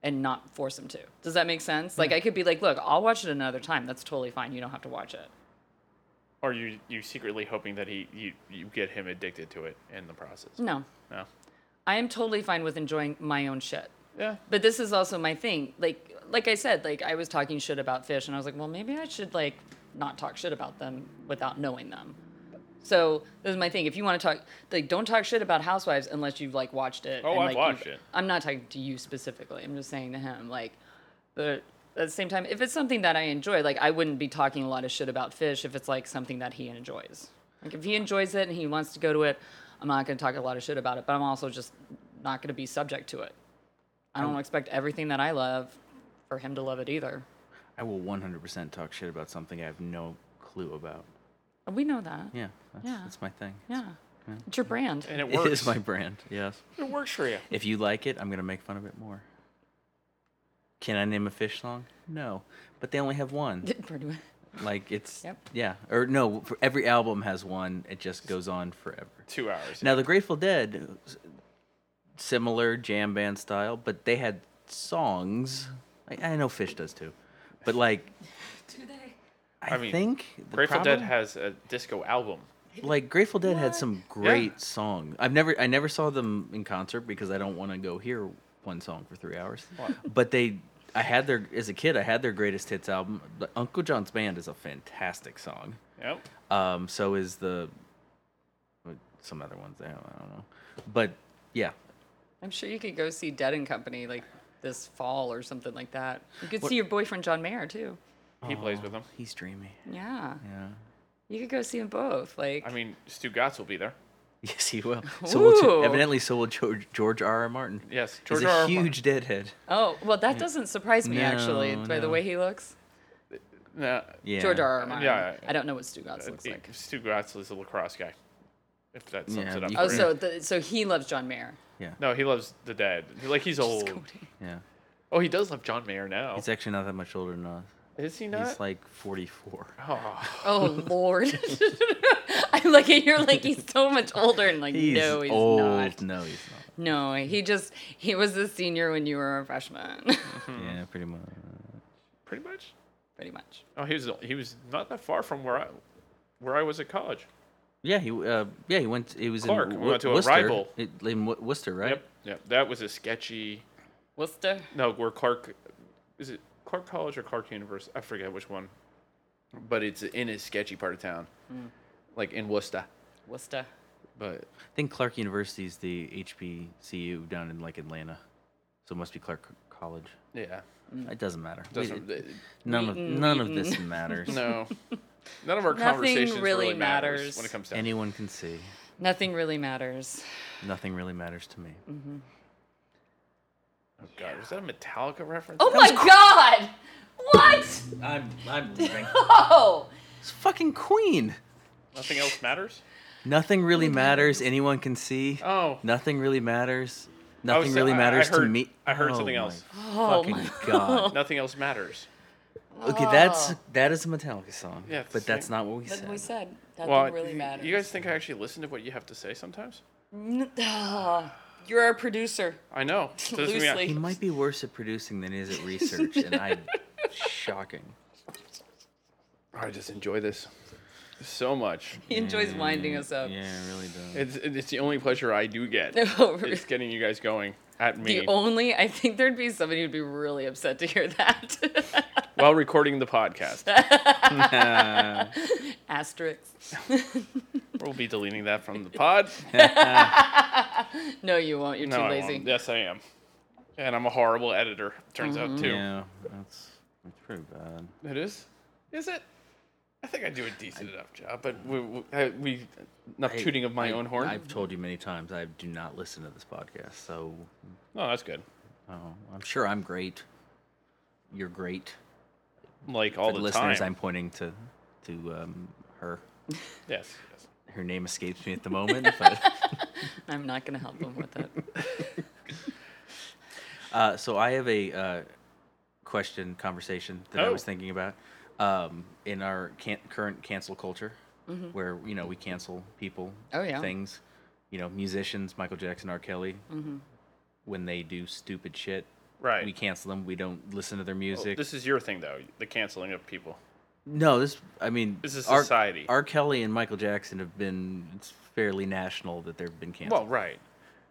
and not force him to. Does that make sense? Hmm. Like I could be like, look, I'll watch it another time. That's totally fine. You don't have to watch it. Or you you secretly hoping that he you, you get him addicted to it in the process? No. No. I am totally fine with enjoying my own shit. Yeah. But this is also my thing. Like like I said, like I was talking shit about fish and I was like, well, maybe I should like not talk shit about them without knowing them. So this is my thing. If you want to talk, like, don't talk shit about Housewives unless you've like watched it. Oh, and, I've like, watched you've- it. I'm not talking to you specifically. I'm just saying to him, like, but at the same time, if it's something that I enjoy, like, I wouldn't be talking a lot of shit about fish if it's like something that he enjoys. Like, if he enjoys it and he wants to go to it, I'm not going to talk a lot of shit about it. But I'm also just not going to be subject to it. I don't expect everything that I love for him to love it either. I will 100% talk shit about something I have no clue about. And We know that. Yeah, that's, Yeah. that's my thing. Yeah. It's your brand. And it It works. is my brand. Yes. It works for you. If you like it, I'm gonna make fun of it more. Can I name a fish song? No, but they only have one. Pretty much. Like it's Yep. yeah, or no, for every album has one. It just goes on forever. Two hours. Now the Grateful Dead, s- similar jam band style, but they had songs. I, I know Fish does too, but like I, I mean, think the Grateful Dead problem- has a disco album. like Grateful Dead had some great songs. I've never I never saw them in concert because I don't want to go hear one song for three hours. But they I had their as a kid I had their greatest hits album. The Uncle John's Band is a fantastic song. Yep. Um, so is the some other ones. I don't, I don't know, but yeah, I'm sure you could go see Dead and Company like this fall or something like that. You could What- see your boyfriend John Mayer too. He plays with them. Oh, he's dreamy. Yeah, Yeah. you could go see them both. Like, I mean, Stu Gatz will be there. Yes, he will. So will Ooh. Jo- evidently, so will George, George R. R. Martin. Yes, George George he's a R. R. Martin. huge deadhead. oh well, that doesn't surprise me actually mm. No, by the no. way he looks. Nah, Yeah. George R. R. Martin. Yeah, yeah. I don't know what Stu Gatz uh, looks it- like. Stu Gatz is a lacrosse guy. If that sums Yeah, it up. you Oh, for could- you. so the, so he loves John Mayer. Yeah. no, he loves the dead. Like he's old. Cody. Yeah. Oh, he does love John Mayer now. He's actually not that much older than us. Is he He's not? like 44. oh, Oh Lord! I look at you like he's so much older, and like He's no, he's old. not. No, he's not. No, he just he was a senior when you were a freshman, Hmm. Yeah, pretty much. pretty much. pretty much. Oh, he was he was not that far from where I where I was at college. Yeah, he uh, yeah he went. It was Clark, in we Wo- went to a Worcester. rival. It, in Wo- Worcester, right? Yep. Yep. That was a sketchy. Worcester. No, where Clark is it Clark College or Clark University? I forget which one. But it's in a sketchy part of town, Hmm. like in Worcester. Worcester. But I think Clark University is the HBCU down in like Atlanta, so it must be Clark College. yeah, Mm. It doesn't matter. We- doesn't it- th- none of Wheaton, none of this Wheaton. matters. no. None of our Nothing conversations really really, matters. matters. when it comes to Anyone can see. Nothing really matters. Nothing really matters to me. Oh god, was that a Metallica reference? Oh my God! What? I'm I'm leaving. Oh, it's fucking Queen. Nothing else matters. Nothing Mm-hmm. really matters. Anyone can see. Oh. Nothing really matters. I Nothing was- really I- I matters to heard- me. I heard Oh something my else. Oh Fucking my god. Nothing else matters. Okay, that's that is a Metallica song. Yeah, it's but the that's same. not what we that's said. what we said. Nothing Well, really matters. you guys think I actually listen to what you have to say sometimes? N- ah, you're our producer. I know. Doesn't mean I- He Loosely. might be worse at producing than he is at research, and I shocking. I just enjoy this so much. He enjoys winding us up. Yeah, it really does. It's it's the only pleasure I do get. No, really. it's getting you guys going at me The only I think there'd be somebody who'd be really upset to hear that. while recording the podcast. Asterisk. we'll be deleting that from the pod. No, you won't. You're No, too I lazy. won't. yes, I am, and I'm a horrible editor. Turns out too. Mm-hmm. Yeah, that's that's pretty bad. It is. Is it? I think I do a decent enough job, but we, we, I, we enough I- tooting of my I- own horn. I've told you many times I do not listen to this podcast, so no, that's good. oh, I'm sure I'm great. You're great. Like all For the listeners, time. I'm pointing to to um, her. Yes. yes. Her name escapes me at the moment, but. I'm not gonna help him with it. Uh, so I have a uh, question conversation that I Oh. was thinking about um, in our can- current cancel culture, where you know we cancel people, Mm-hmm. Oh, yeah. things, you know, musicians, Michael Jackson, R. Kelly, Mm-hmm. when they do stupid shit, Right. Oh, We cancel them. We don't listen to their music. This is your thing, though. The canceling of people. no, this I mean, This is R- society. R. Kelly and Michael Jackson have been it's fairly national that they've been canceled. Well, right.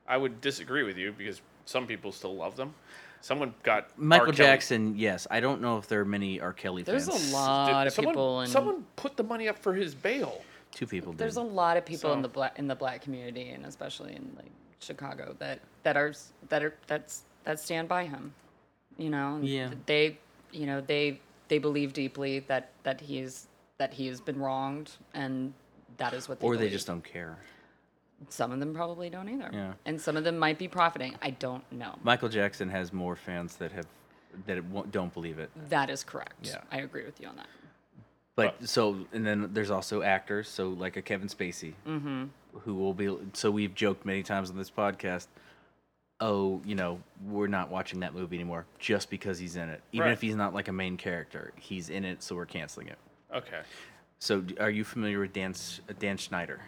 I would disagree with you because some people still love them. Someone got R. Michael Kelly- Jackson, yes. I don't know if there are many R. Kelly There's fans. a lot Did- of someone, people in someone put the money up for his bail. Two people did. there's a lot of people in So- the black in the black community and especially in like Chicago that that are s- that are that's that stand by him. You know, and Yeah. They, you know, they they believe deeply that that he's that he has been wronged and that is what they or they believe. just don't care. some of them probably don't either Yeah. and some of them might be profiting i don't know Michael Jackson has more fans that have that it won't, don't believe it. that is correct Yeah. i agree with you on that But so and then there's also actors, so like a Kevin Spacey, Mm-hmm. who will be. So we've joked many times on this podcast. Oh, you know, we're not watching that movie anymore just because he's in it. Even Right. if he's not like a main character, he's in it, so we're canceling it. Okay. So, d- are you familiar with Dan, S- Dan Schneider?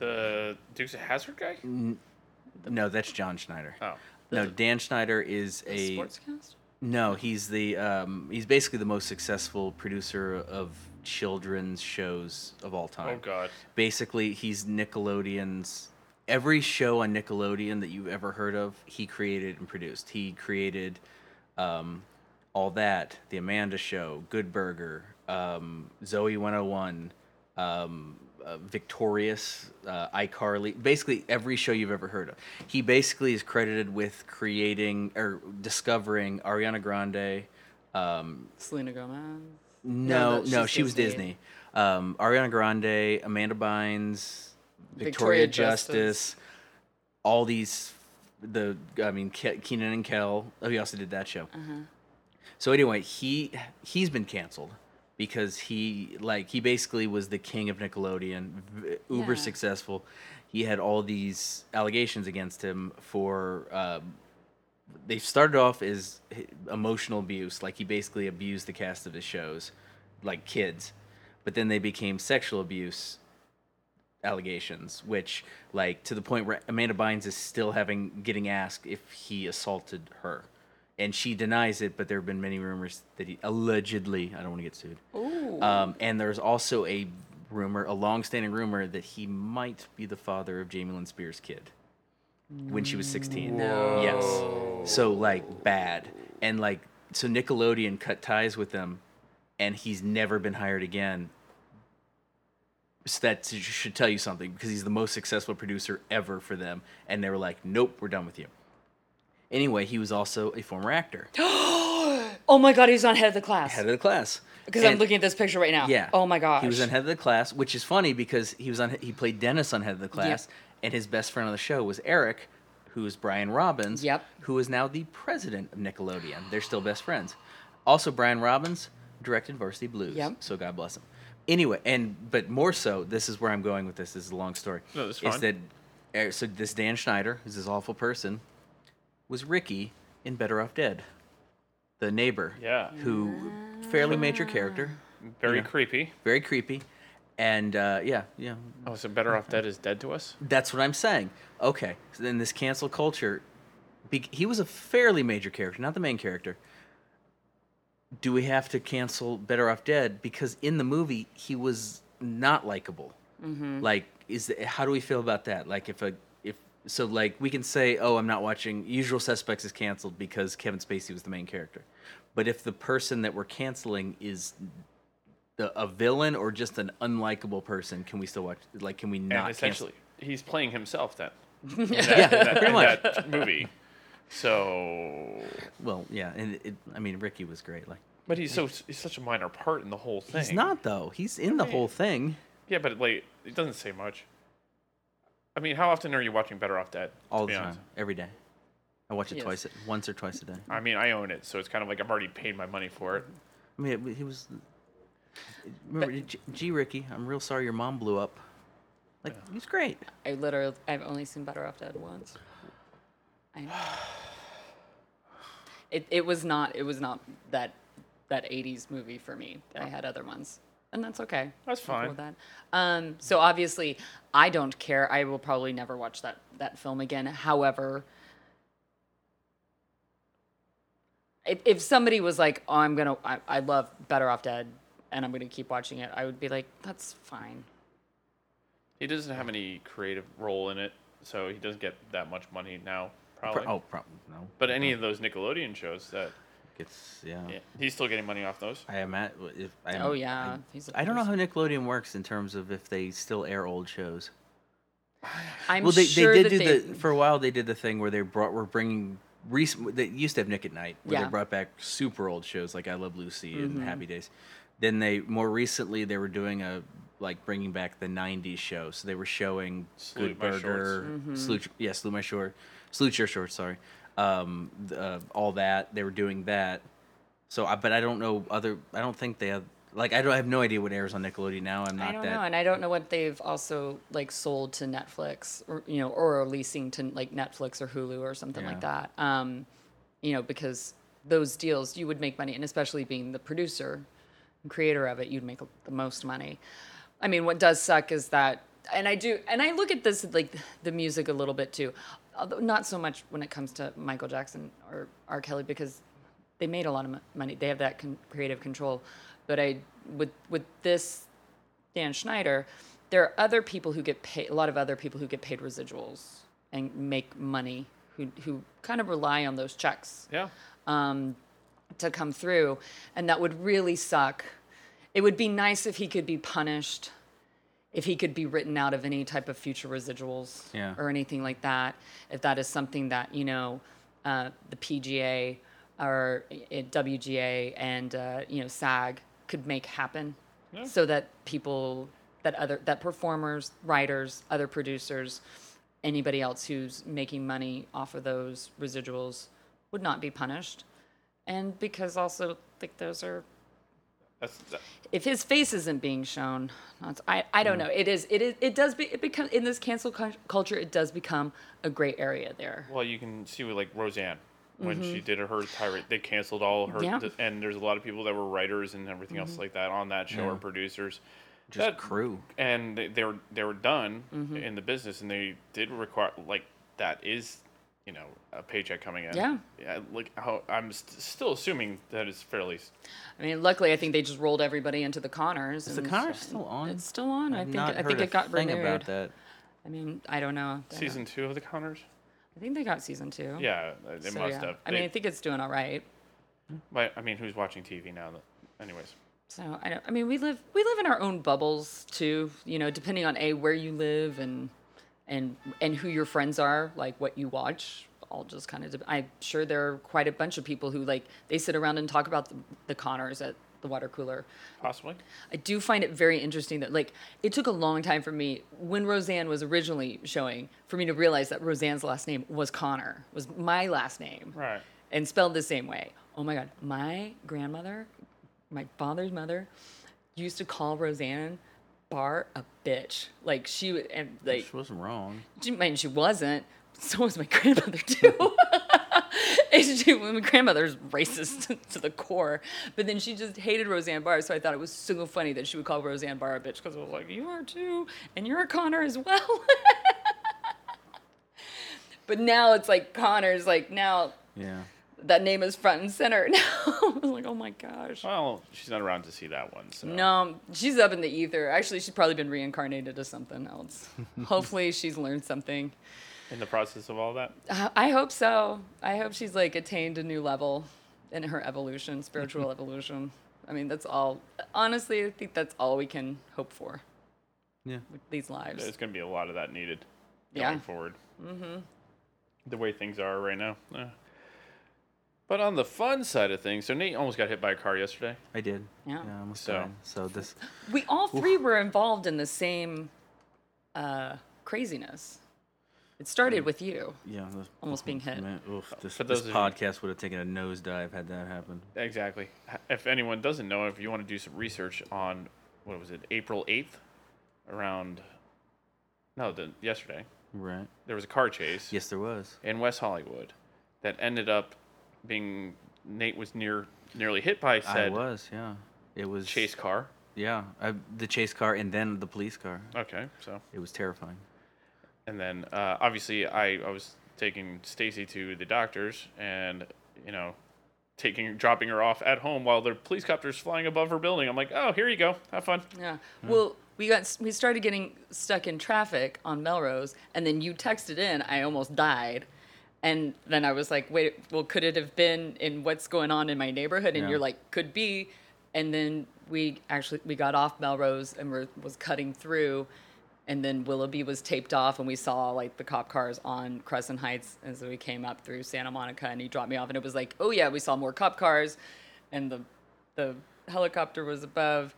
The Dukes of Hazard guy. Mm. No, that's John Schneider. Oh. No, Dan Schneider is a sportscast No, he's the um, he's basically the most successful producer of children's shows of all time. Oh God. Basically, he's Nickelodeon's every show on Nickelodeon that you've ever heard of, he created and produced. He created um, all that, The Amanda Show, Good Burger, um, Zoe 101, um, uh, oh uh, Victorious, uh, iCarly, basically every show you've ever heard of. He basically is credited with creating or discovering Ariana Grande. Um, Selena Gomez. no, no, that's just she was Disney. Disney. Um, Ariana Grande, Amanda Bynes, Victoria, Victoria Justice. Justice. all these. The I mean Ke- Keenan and Kel. Oh, he also did that show. So anyway, he he's been canceled because he like he basically was the king of Nickelodeon, v- uber Yeah. successful. He had all these allegations against him for um, they started off as h- emotional abuse, like he basically abused the cast of his shows, like kids, but then they became sexual abuse allegations, which like to the point where Amanda Bynes is still having getting asked if he assaulted her, and she denies it. But there have been many rumors that he allegedly. I don't want to get sued. Ooh. Um, and there's also a rumor, a long-standing rumor that he might be the father of Jamie Lynn Spears' kid when she was 16. No. Yes. So like bad, and like so Nickelodeon cut ties with him, and he's never been hired again. So that s- should tell you something because he's the most successful producer ever for them, and they were like, "Nope, we're done with you." Anyway, he was also a former actor, oh my God, he's on head of the class. head of the class. Because I'm And- looking at this picture right now. yeah. Oh my gosh. He was on head of the class, which is funny because he was on he played Dennis on head of the class, and his best friend on the show was Eric, who is Brian Robbins. Yep. Who is now the president of Nickelodeon. They're still best friends. Also, Brian Robbins directed Varsity Blues. Yep. So God bless him. Anyway, and but more so, this is where I'm going with this. This is a long story. No, that's Is fine. that eh, so? This Dan Schneider, who's this awful person, was Ricky in Better Off Dead, the neighbor. Yeah. Who fairly major character Very Yeah. creepy. very creepy and uh, yeah yeah Oh, so better off dead is dead to us. that's what i'm saying okay so then this cancel culture be- he was a fairly major character not the main character do we have to cancel better off dead because in the movie he was not likable like is how do we feel about that like if a if so like we can say oh i'm not watching usual suspects is canceled because kevin spacey was the main character but if the person that we're canceling is the, a villain or just an unlikable person can we still watch like can we And not essentially, he's playing himself then. cancel? yeah in pretty much that movie. So, well yeah and it, i mean ricky was great like but he's so he's such a minor part in the whole thing. he's not though he's in the mean- whole thing Yeah, but like it doesn't say much. I mean, how often are you watching Better Off Dead? to all the be time honest? every day i watch it Yes. twice a- once or twice a day I mean, I own it, so it's kind of like I've already paid my money for Mm-hmm. it. I mean, it- he was. Remember, G, G. Ricky, I'm real sorry your mom blew up. Like, he was great. I literally, I've only seen Better Off Dead once. I know. It, it was not, it was not that, that 80s movie for me. I had other ones. And that's okay. That's I'm cool fine. with that. Um, so obviously, I don't care. I will probably never watch that, that film again. However, if, if somebody was like, "Oh, I'm gonna, I, I love Better Off Dead, and I'm gonna keep watching it," I would be like, "That's fine." He doesn't have any creative role in it, so he doesn't get that much money now, Pro- probably. oh, Mm-hmm. probably no. But any of those Nickelodeon shows that It's yeah. yeah, he's still getting money off those. I am at. If I oh am- yeah, he's a I, I don't know producer. how Nickelodeon works in terms of if they still air old shows. I'm well, they, sure they that did do they, the for a while. They did the thing where they brought were bringing recent. They used to have Nick at Night, where Yeah. Mm-hmm. they brought back super old shows like I Love Lucy and Happy Days. Then they more recently they were doing a like bringing back the '90s show, so they were showing Good Salute My Shorts. Burger, Mm-hmm. Salute, yeah, Salute My Short, Salute Your Short, sorry, um, th- uh, all that they were doing that. So, I, but I don't know other. I don't think they have like I don't I have no idea what airs on Nickelodeon now. I'm not I don't that. know, and I don't know what they've also like sold to Netflix or you know, or are leasing to like Netflix or Hulu or something like that. Um, you know, because those deals you would make money, and especially being the producer and creator of it, you'd make the most money. I mean, what does suck is that, and I do, and I look at this like the music a little bit too, although not so much when it comes to Michael Jackson or R. Kelly because they made a lot of mo- money. They have that con- creative control, but I with with this Dan Schneider, there are other people who get paid, a lot of other people who get paid residuals and make money, who, who kind of rely on those checks Yeah. um, to come through. And that would really suck. It would be nice if he could be punished if he could be written out of any type of future residuals Yeah. or anything like that, if that is something that you know uh, the PGA or uh, i- WGA and uh, you know SAG could make happen, so that people that other that performers, writers, other producers, anybody else who's making money off of those residuals would not be punished, and because also like those are That's that, if his face isn't being shown, that's- I, I Hmm. don't know. It is it is it does be it becomes in this cancel cul- culture it does become a gray area there. well, you can see with like Roseanne when she did her tirade, they canceled all her, Mm-hmm. Yeah. Mm-hmm. th- and there's a lot of people that were writers and everything else like that on that show or producers. Just that crew. and they, they were they were done Mm-hmm. in the business and they did require like that is you know a paycheck coming in Yeah. yeah like how i'm st- still assuming that is fairly s- I mean, luckily I think they just rolled everybody into the Connors. Is the and- Conners still on? It's still on. I I've think not I heard think a it got thing renewed. about that. I mean, I don't know. I don't- season two of the connors I think they got season 2. yeah uh, it So, must yeah. have I mean, They- I think it's doing all right. but, I mean who's watching tv now that, anyways So, I don't I mean, we live we live in our own bubbles too, you know, depending on a where you live and and and who your friends are, like what you watch. All just kind of. dep- I'm sure there are quite a bunch of people who like they sit around and talk about the, the Connors at the water cooler. possibly I do find it very interesting that like it took a long time for me when Roseanne was originally showing for me to realize that Roseanne's last name was Connor was my last name Right. and spelled the same way. Oh my god, my grandmother, my father's mother, used to call Roseanne Bar a bitch. Like she would and like She wasn't wrong. she, and she wasn't. So was my grandmother too. and she, my grandmother's racist to the core, but then she just hated Roseanne Barr. So I thought it was so funny that she would call Roseanne Barr a bitch because I was like, you are too, and you're a Connor as well. but now it's like Connor's like now Yeah. that name is front and center. Now I was like, oh my gosh. well she's not around to see that one so No, she's up in the ether. Actually, she's probably been reincarnated as something else. Hopefully, she's learned something. in the process of all that Uh, I hope so. I hope she's like attained a new level in her evolution, spiritual evolution. I mean, that's all. Honestly, I think that's all we can hope for Yeah. with these lives. there's going to be a lot of that needed Yeah. going forward. Mm-hmm. The way things are right now. eh. But on the fun side of things, so Nate almost got hit by a car yesterday. I did. Yeah. I almost So- died. So this. we all three were involved in the same uh, craziness. It started with you. Yeah. This, Almost being hit. Man, oof, this For this those of you- podcast would have taken a nosedive had that happened. Exactly. H- If anyone doesn't know, if you want to do some research on what was it, April eighth, around no, the yesterday Right. there was a car chase Yes, there was. in West Hollywood that ended up being Nate was near nearly hit by I said was. Yeah. It was chase car. Yeah. I, the chase car and then the police car. Okay, so It was terrifying. and then uh, obviously I, I was taking Stacy to the doctors and you know taking dropping her off at home while the police copter's flying above her building. I'm like, oh, here you go, have fun. Yeah. Well, we got we started getting stuck in traffic on Melrose, and then you texted in. I almost died, and then I was like, wait, well, could it have been in what's going on in my neighborhood? And Yeah. you're like, could be. And then we actually we got off Melrose and were, was cutting through, and then Willoughby was taped off, and we saw like the cop cars on Crescent Heights as we came up through Santa Monica, and he dropped me off, and it was like, oh yeah, we saw more cop cars, and the the helicopter was above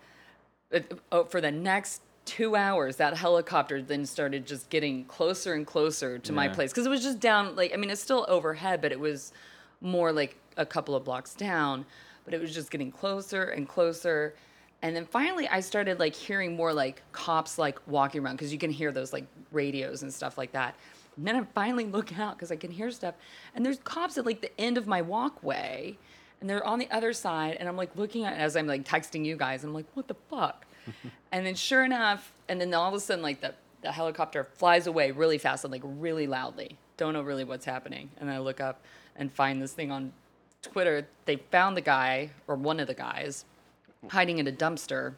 it- oh, for the next two hours, that helicopter then started just getting closer and closer to my Yeah. place because it was just down. Like, I mean, it's still overhead, but it was more like a couple of blocks down. But it was just getting closer and closer. And then finally, I started like hearing more like cops like walking around because you can hear those like radios and stuff like that. And then I finally look out because I can hear stuff. And there's cops at like the end of my walkway and they're on the other side and i'm like looking at it as i'm like texting you guys i'm like what the fuck and then sure enough and then all of a sudden like the, the helicopter flies away really fast and like really loudly don't know really what's happening and i look up and find this thing on twitter they found the guy or one of the guys hiding in a dumpster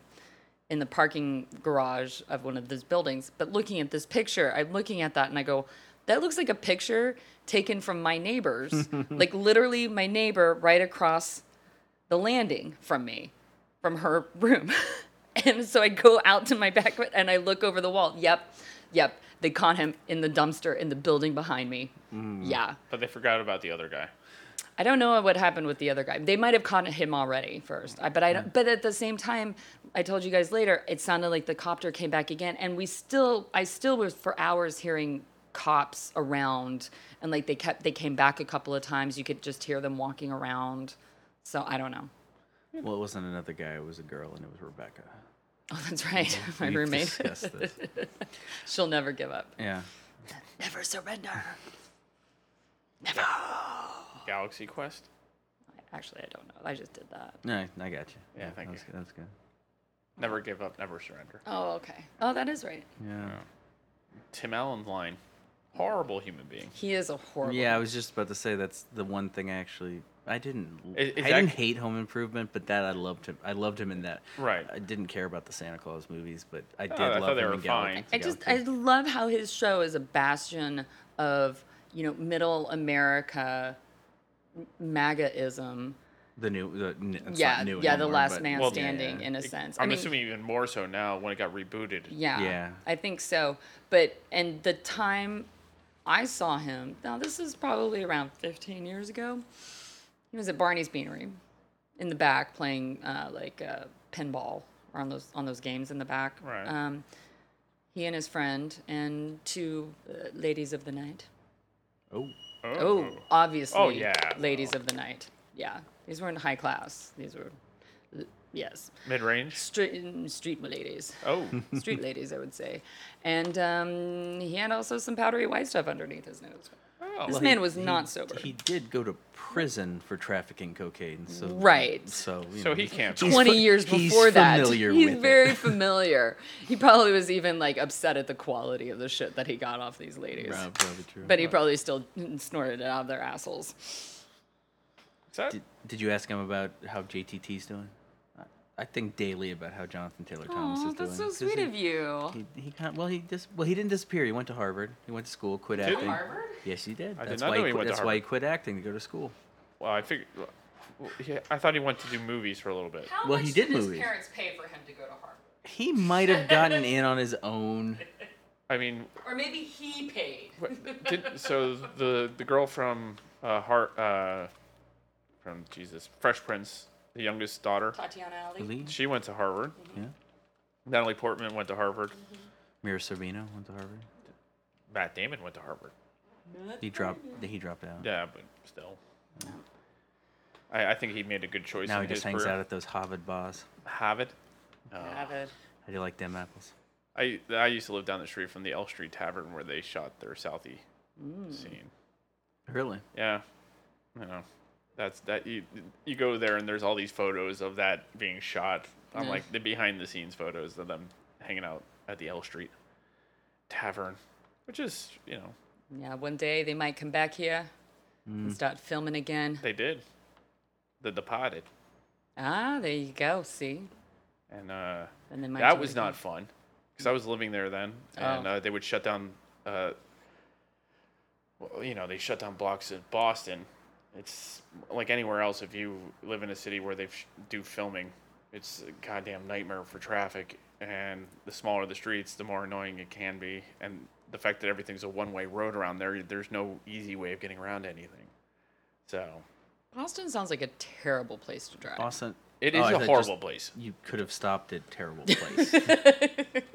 in the parking garage of one of those buildings. But looking at this picture, I'm looking at that and I go, that looks like a picture taken from my neighbors, like literally my neighbor right across the landing from me, from her room. And so I go out to my back wi- and I look over the wall. Yep, yep. They caught him in the dumpster in the building behind me. Yeah. But they forgot about the other guy. I don't know what happened with the other guy. They might have caught him already first. I, but I don't, but at the same time, I told you guys later, it sounded like the copter came back again and we still I still was for hours hearing cops around and like they kept they came back a couple of times. You could just hear them walking around. So I don't know. Hmm. Well, it wasn't another guy. It was a girl, and it was Rebecca. Oh, that's right. My We've roommate. discussed this. She'll never give up. Yeah. Never surrender. Galaxy Quest. Actually, I don't know. I just did that. No, I- I got you. Yeah, thank that's, you. That's good. Never give up, never surrender. Oh, okay. Oh, that is right. Yeah. Tim Allen's line. Horrible human being. He is a horrible. Yeah, I was just about to say that's the one thing I actually I didn't l- It- it's I didn't act- hate Home Improvement, but that I loved him. I loved him in that. Right. Oh, I didn't care about the Santa Claus movies, but I did I thought love they him were in Gal- fine. I just I Galaxy. love how his show is a bastion of you know middle America MAGAism. the new the n- it's not yeah, new yeah, the anymore, last but- man Well, standing yeah. in a It- sense. I'm I mean, assuming even more so now when it got rebooted. Yeah, Yeah. I think so. But and the time I saw him, now this is probably around 15 years ago. He was at Barney's Beanery in the back playing uh, like uh, pinball or on those on those games in the back. Right. Um, he and his friend and two uh, ladies of the night. Oh, Oh, obviously. Oh, yeah. Ladies of the night. Yeah. These weren't high class. These were, yes, Mid range. street street ladies, Oh. street ladies, I would say. And um, he had also some powdery white stuff underneath his nose. oh. This Well, man he- was not sober. he did go to prison for trafficking cocaine. So Right. So you So know, he he's- can't. he's 20 fa- years he's before that. familiar he's with it. very familiar. He probably was even like upset at the quality of the shit that he got off these ladies. Prob- probably true. But he probably still snorted it out of their assholes. Is that- Did, did you ask him about how JTT's doing? I- I think daily about how Jonathan Taylor Thomas Aw, is doing. that's so 'cause sweet he- of you. He, he kind well he dis, well he didn't disappear. He went to Harvard. He went to school, quit he? acting. Harvard? Yes, he did. I did that's not why know he, he quit- went to that's why he quit acting to go to school. Well, I figured. well, yeah, I thought he went to do movies for a little bit. How Well, he much did did his movies. parents pay for him to go to Harvard? He might have gotten in on his own. I mean, Or maybe he paid. what- did, so the the girl from uh, Heart uh, from Jesus Fresh Prince, the youngest daughter, Tatiana Ali. Lee? she went to Harvard. Yeah. Natalie Portman went to Harvard. Mira Sorvino went to Harvard. Matt Damon went to Harvard. He dropped he dropped out. Yeah, but still. I, I think he made a good choice. Now in he just his hangs career. out at those Harvard bars. Harvard. I do like them apples. I I used to live down the street from the L Street Tavern where they shot their Southie scene. Really? Yeah, you know, that's that you you go there and there's all these photos of that being shot. I'm Yeah. like the behind the scenes photos of them hanging out at the L Street Tavern, which is you know Yeah, one day they might come back here Mm. and start filming again. they did the Departed Ah, there you go. See? and uh And they might do that it was again. not fun because I was living there then and Oh. uh, they would shut down uh well, you know they shut down blocks in Boston. It's like anywhere else if you live in a city where they sh- do filming, it's a goddamn nightmare for traffic. And the smaller the streets, the more annoying it can be. And the fact that everything's a one-way road around there, there's no easy way of getting around anything. So Boston sounds like a terrible place to drive. Boston. it Oh, is I a thought just- horrible place. you could have stopped at terrible place.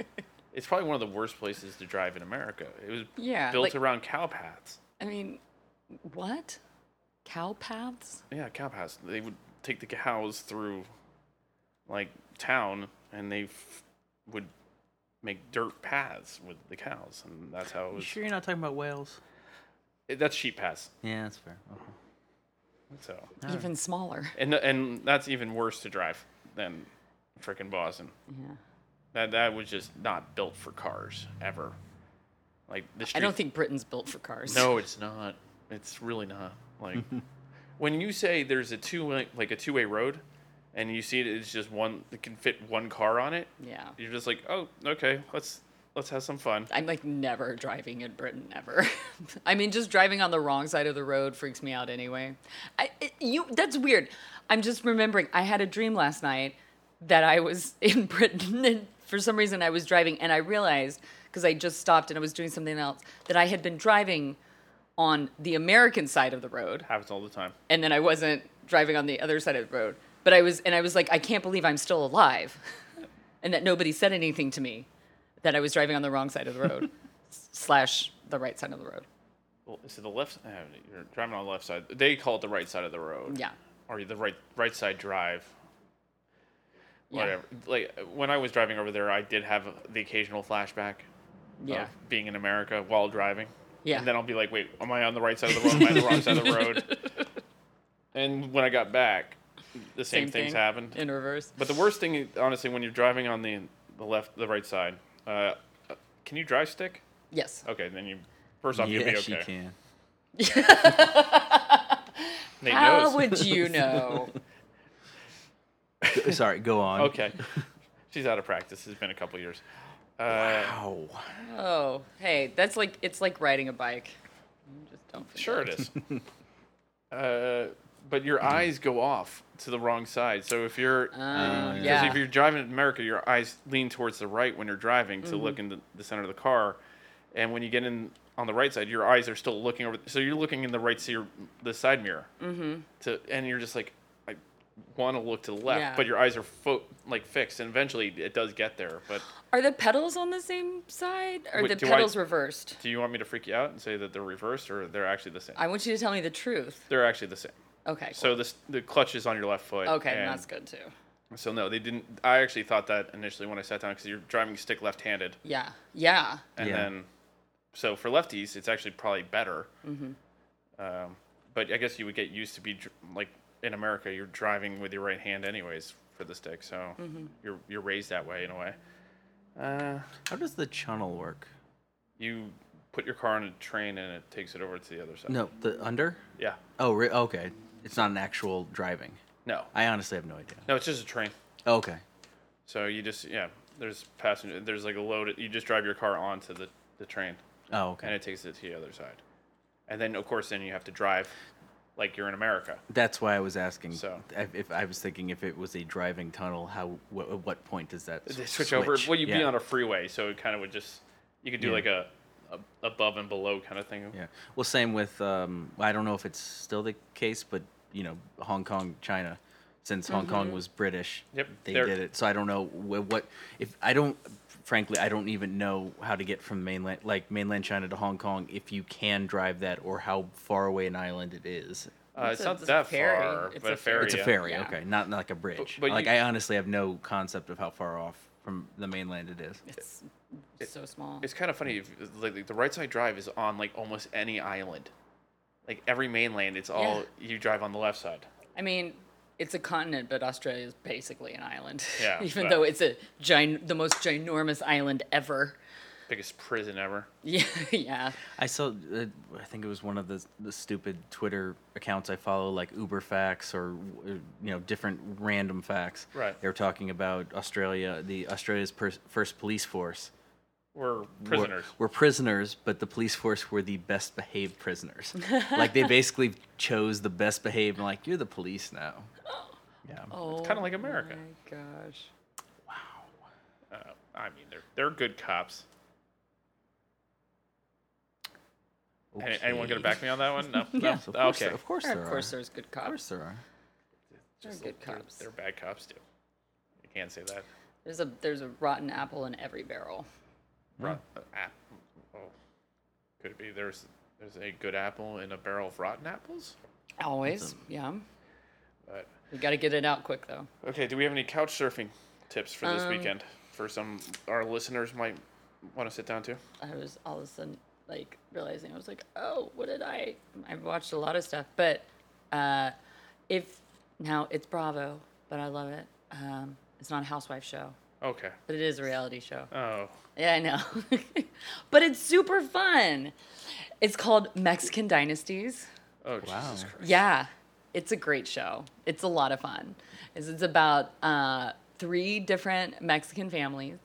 It's probably one of the worst places to drive in America. It was Yeah, built like- around cow paths. I mean, what? Cow paths? Yeah, cow paths. They would take the cows through, like town, and they f- would make dirt paths with the cows, and that's how it you was. sure you're not talking about whales? That's sheep paths. Yeah, that's fair. Okay. So, Even smaller. and and that's even worse to drive than frickin' Boston. Yeah. That that was just not built for cars ever. Like the I street don't think Britain's built for cars. No, it's not. It's really not. Like when you say there's a two way like a two way road, and you see it, it's just one that can fit one car on it. Yeah. You're just like, oh, okay, let's let's have some fun. I'm like never driving in Britain ever. I mean, just driving on the wrong side of the road freaks me out anyway. I it, you that's weird. I'm just remembering I had a dream last night that I was in Britain and for some reason I was driving and I realized because I just stopped and I was doing something else that I had been driving on the American side of the road Happens all the time. and then I wasn't driving on the other side of the road but I was and I was like I can't believe I'm still alive and that nobody said anything to me that I was driving on the wrong side of the road slash the right side of the road Well, is it the left? Uh, you're driving on the left side. They call it the right side of the road. yeah Or the right right side drive. yeah Whatever. Like when I was driving over there, I did have the occasional flashback yeah of being in America while driving. yeah Oh. And then I'll be like, wait, am I on the right side of the road? Am I on the wrong side of the road? And when I got back, the same, things happened. in reverse But the worst thing, is, honestly, when you're driving on the the left, the right side, uh, can you drive stick? yes Okay, then you first off you'll be yes, okay. you can. Nate how knows. would you know Go- Sorry, go on. okay, she's out of practice. It's been a couple years. Uh, Ow. Oh, hey, that's like it's like riding a bike. You just don't. Feel Sure, it is. uh, but your eyes go off to the wrong side. So if you're Oh, Uh, Because yeah. if you're driving in America, your eyes lean towards the right when you're driving to Mm-hmm. look in the, the center of the car, and when you get in on the right side, your eyes are still looking over. So you're looking in the right see the side mirror. Mm-hmm. To and you're just like, I want to look to the left, Yeah. but your eyes are fo- like fixed, and eventually it does get there. But Are the pedals on the same side? Are Wait, the do I- pedals reversed? do you want me to freak you out and say that they're reversed or they're actually the same? I want you to tell me the truth. they're actually the same. Okay. So the the clutch is on your left foot. cool. okay, and that's good too. So no, they didn't. I actually thought that initially when I sat down because you're driving stick left-handed. Yeah. Yeah. and Yeah. then so for lefties it's actually probably better Mm-hmm. um, but i guess you would get used to be dr- like in america you're driving with your right hand anyways for the stick so Mm-hmm. you're you're raised that way in a way uh, How does the channel work? you put your car on a train and it takes it over to the other side No, the under. yeah Oh, re- okay. It's not an actual driving. no I honestly have no idea. no it's just a train Okay. so you just yeah there's passenger there's like a load you just drive your car onto the, the train Oh, and okay. it takes it to the other side and then of course then you have to drive like you're in america That's why I was asking. So. if, if I was thinking if it was a driving tunnel, how wh- at what point does that They s- switch, over. Well, you'd be Yeah, on a freeway, so it kind of would just you could do Yeah. like a, a above and below kind of thing. Yeah. Well, same with um, I don't know if it's still the case, but you know, Hong Kong, China, since Hong Kong was British, Mm-hmm. Yep, they they're- did it. So I don't know wh- what if I don't. Frankly, I don't even know how to get from mainland like mainland China to Hong Kong if you can drive that or how far away an island it is. Uh, It's it's a- not it's a that ferry. far, It's but a a ferry. It's yeah. a ferry, Yeah. okay, not not like a bridge. but like you- I honestly have no concept of how far off from the mainland it is. It's so small. It's kind of funny. If, like, like, the right side drive is on like almost any island, like every mainland. It's all you drive on the left side. I mean, it's a continent, but Australia is basically an island. Yeah, Even but- though it's a gin- the most ginormous island ever. Biggest prison ever. Yeah. Yeah. I saw, uh, I think it was one of the, the stupid Twitter accounts I follow, like Uber Facts or, uh, you know, different random facts. Right. They were talking about Australia, the Australia's per- first police force. We're were- prisoners. Were, prisoners, but the police force were the best behaved prisoners. like they basically chose the best behaved and like, you're the police now. Yeah. Oh. kinda like America. My gosh. Uh, I mean, they're they're good cops. Any- Anyone gonna Okay. back me on that one? No. no? Yes, of course, okay. Of course there Of course, are. there's good Of cops. course there are. They're Just good they're- cops. They're bad cops too. You can't say that. There's a there's a rotten apple in every barrel. Rot- uh, app- oh. Could it be there's there's a good apple in a barrel of rotten apples? Always, yeah. But You got to get it out quick though. okay, do we have any couch surfing tips for Um, this weekend? For some our listeners might want to sit down to. I was all of a sudden like realizing I was like, oh, what did I? I've watched a lot of stuff, but uh, if now it's Bravo, but I love it. Um, it's not a housewife show, Okay. but it is a reality show. Oh, Yeah, I know, but it's super fun. It's called Mexican Dynasties. oh Wow. Jesus Christ. Yeah, it's a great show. It's a lot of fun. It's, it's about uh, three different Mexican families,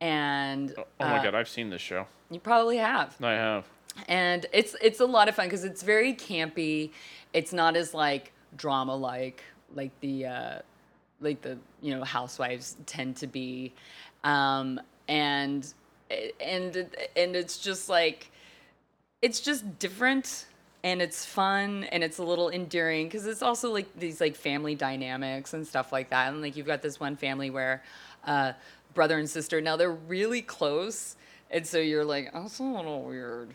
and Oh my uh, God, I've seen this show. you probably have. I have. And it's it's a lot of fun because it's very campy. It's not as like drama like like the uh, like the you know housewives tend to be, um, and and and it's just like it's just different and it's fun and it's a little endearing because it's also like these like family dynamics and stuff like that and like you've got this one family where uh, brother and sister now they're really close and so you're like oh, that's a little weird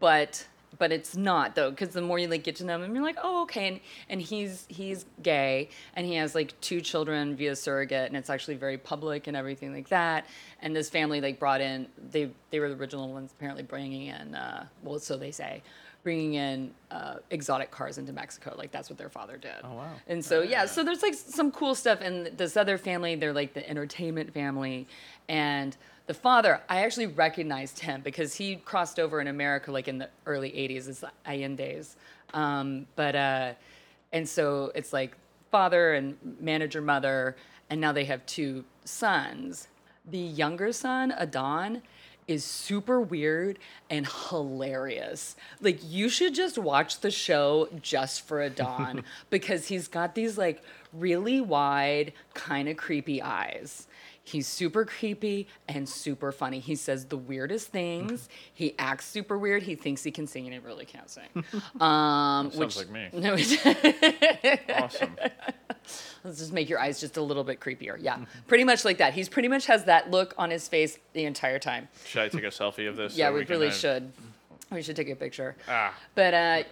but but it's not though because the more you like get to know him you're like oh okay and, and he's he's gay and he has like two children via surrogate and it's actually very public and everything like that and this family like brought in they they were the original ones apparently bringing in uh, well so they say bringing in uh, exotic cars into mexico like that's what their father did oh wow. and so yeah so there's like some cool stuff and this other family they're like the entertainment family and the father i actually recognized him because he crossed over in america like in the early 80s it's allende's um, but uh, and so it's like father and manager mother and now they have two sons the younger son adon is super weird and hilarious. Like you should just watch the show just for Adon because he's got these like really wide, kind of creepy eyes. He's super creepy and super funny. He says the weirdest things. he acts super weird. He thinks he can sing and he really can't sing. Um, which Sounds like me. no, it Awesome. Let's just make your eyes just a little bit creepier. Yeah, pretty much like that. He's pretty much has that look on his face the entire time. Should I take a selfie of this? yeah, so we, can really then- should. We should take a picture. Ah. But uh,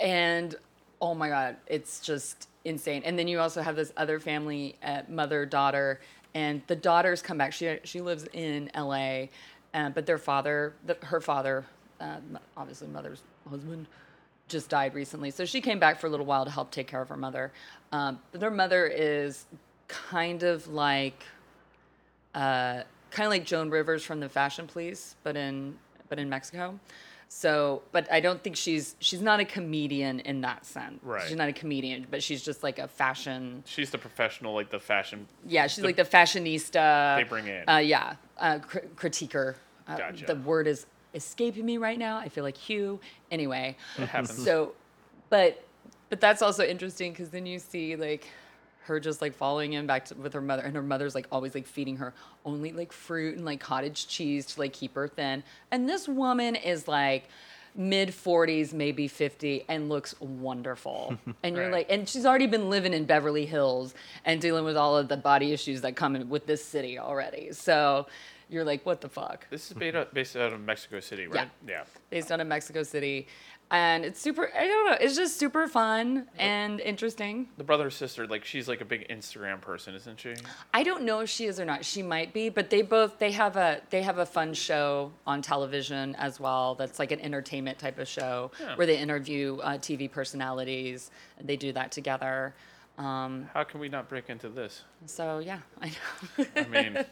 and oh my god, it's just insane. And then you also have this other family, uh, mother daughter, and the daughters come back. She she lives in L.A., uh, but their father, the, her father, uh, m- obviously mother's husband. Just died recently, so she came back for a little while to help take care of her mother. Um, but their mother is kind of like uh, kind of like Joan Rivers from the Fashion Police, but in but in Mexico. So, but I don't think she's she's not a comedian in that sense. Right. She's not a comedian, but she's just like a fashion. She's the professional, like the fashion. Yeah, she's like the fashionista. They bring in. Uh, yeah, uh, cr- critiquer. Uh, Gotcha. The word is escaping me right now. I feel like Hugh. Anyway, happens. so, but but that's also interesting because then you see like her just like following him back to, with her mother, and her mother's like always like feeding her only like fruit and like cottage cheese to like keep her thin, and this woman is like. Mid 40s, maybe 50, and looks wonderful. And you're Right. like, and she's already been living in Beverly Hills and dealing with all of the body issues that come in with this city already. So you're like, what the fuck? this is based out, based out of Mexico City, right? Yeah. based out of Mexico City. And it's super, I don't know, it's just super fun and interesting. The brother sister, like she's like a big Instagram person, isn't she? I don't know if she is or not. She might be, but they both they have a they have a fun show on television as well. That's like an entertainment type of show Yeah. where they interview uh, TV personalities. and They do that together. Um, How can we not break into this? so yeah, I know. I mean,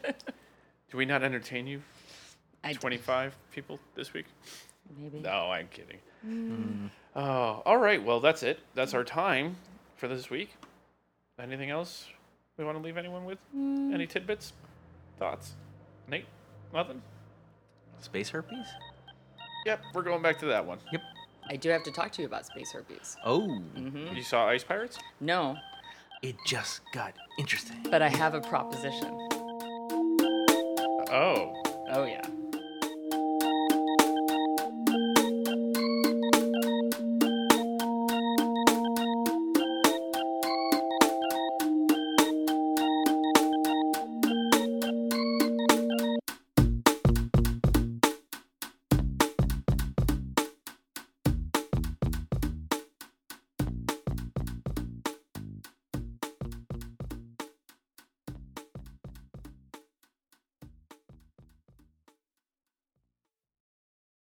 do we not entertain you? I, 25 people this week? maybe. No, I'm kidding. Oh, all right. Well, that's it. That's our time for this week. Anything else we want to leave anyone with? Any tidbits? Thoughts? Nate? Nothing? Space herpes? Yep, we're going back to that one. Yep. I do have to talk to you about space herpes. Oh, Mm-hmm. You saw Ice Pirates? No, it just got interesting. but I have a proposition. Oh. Oh yeah.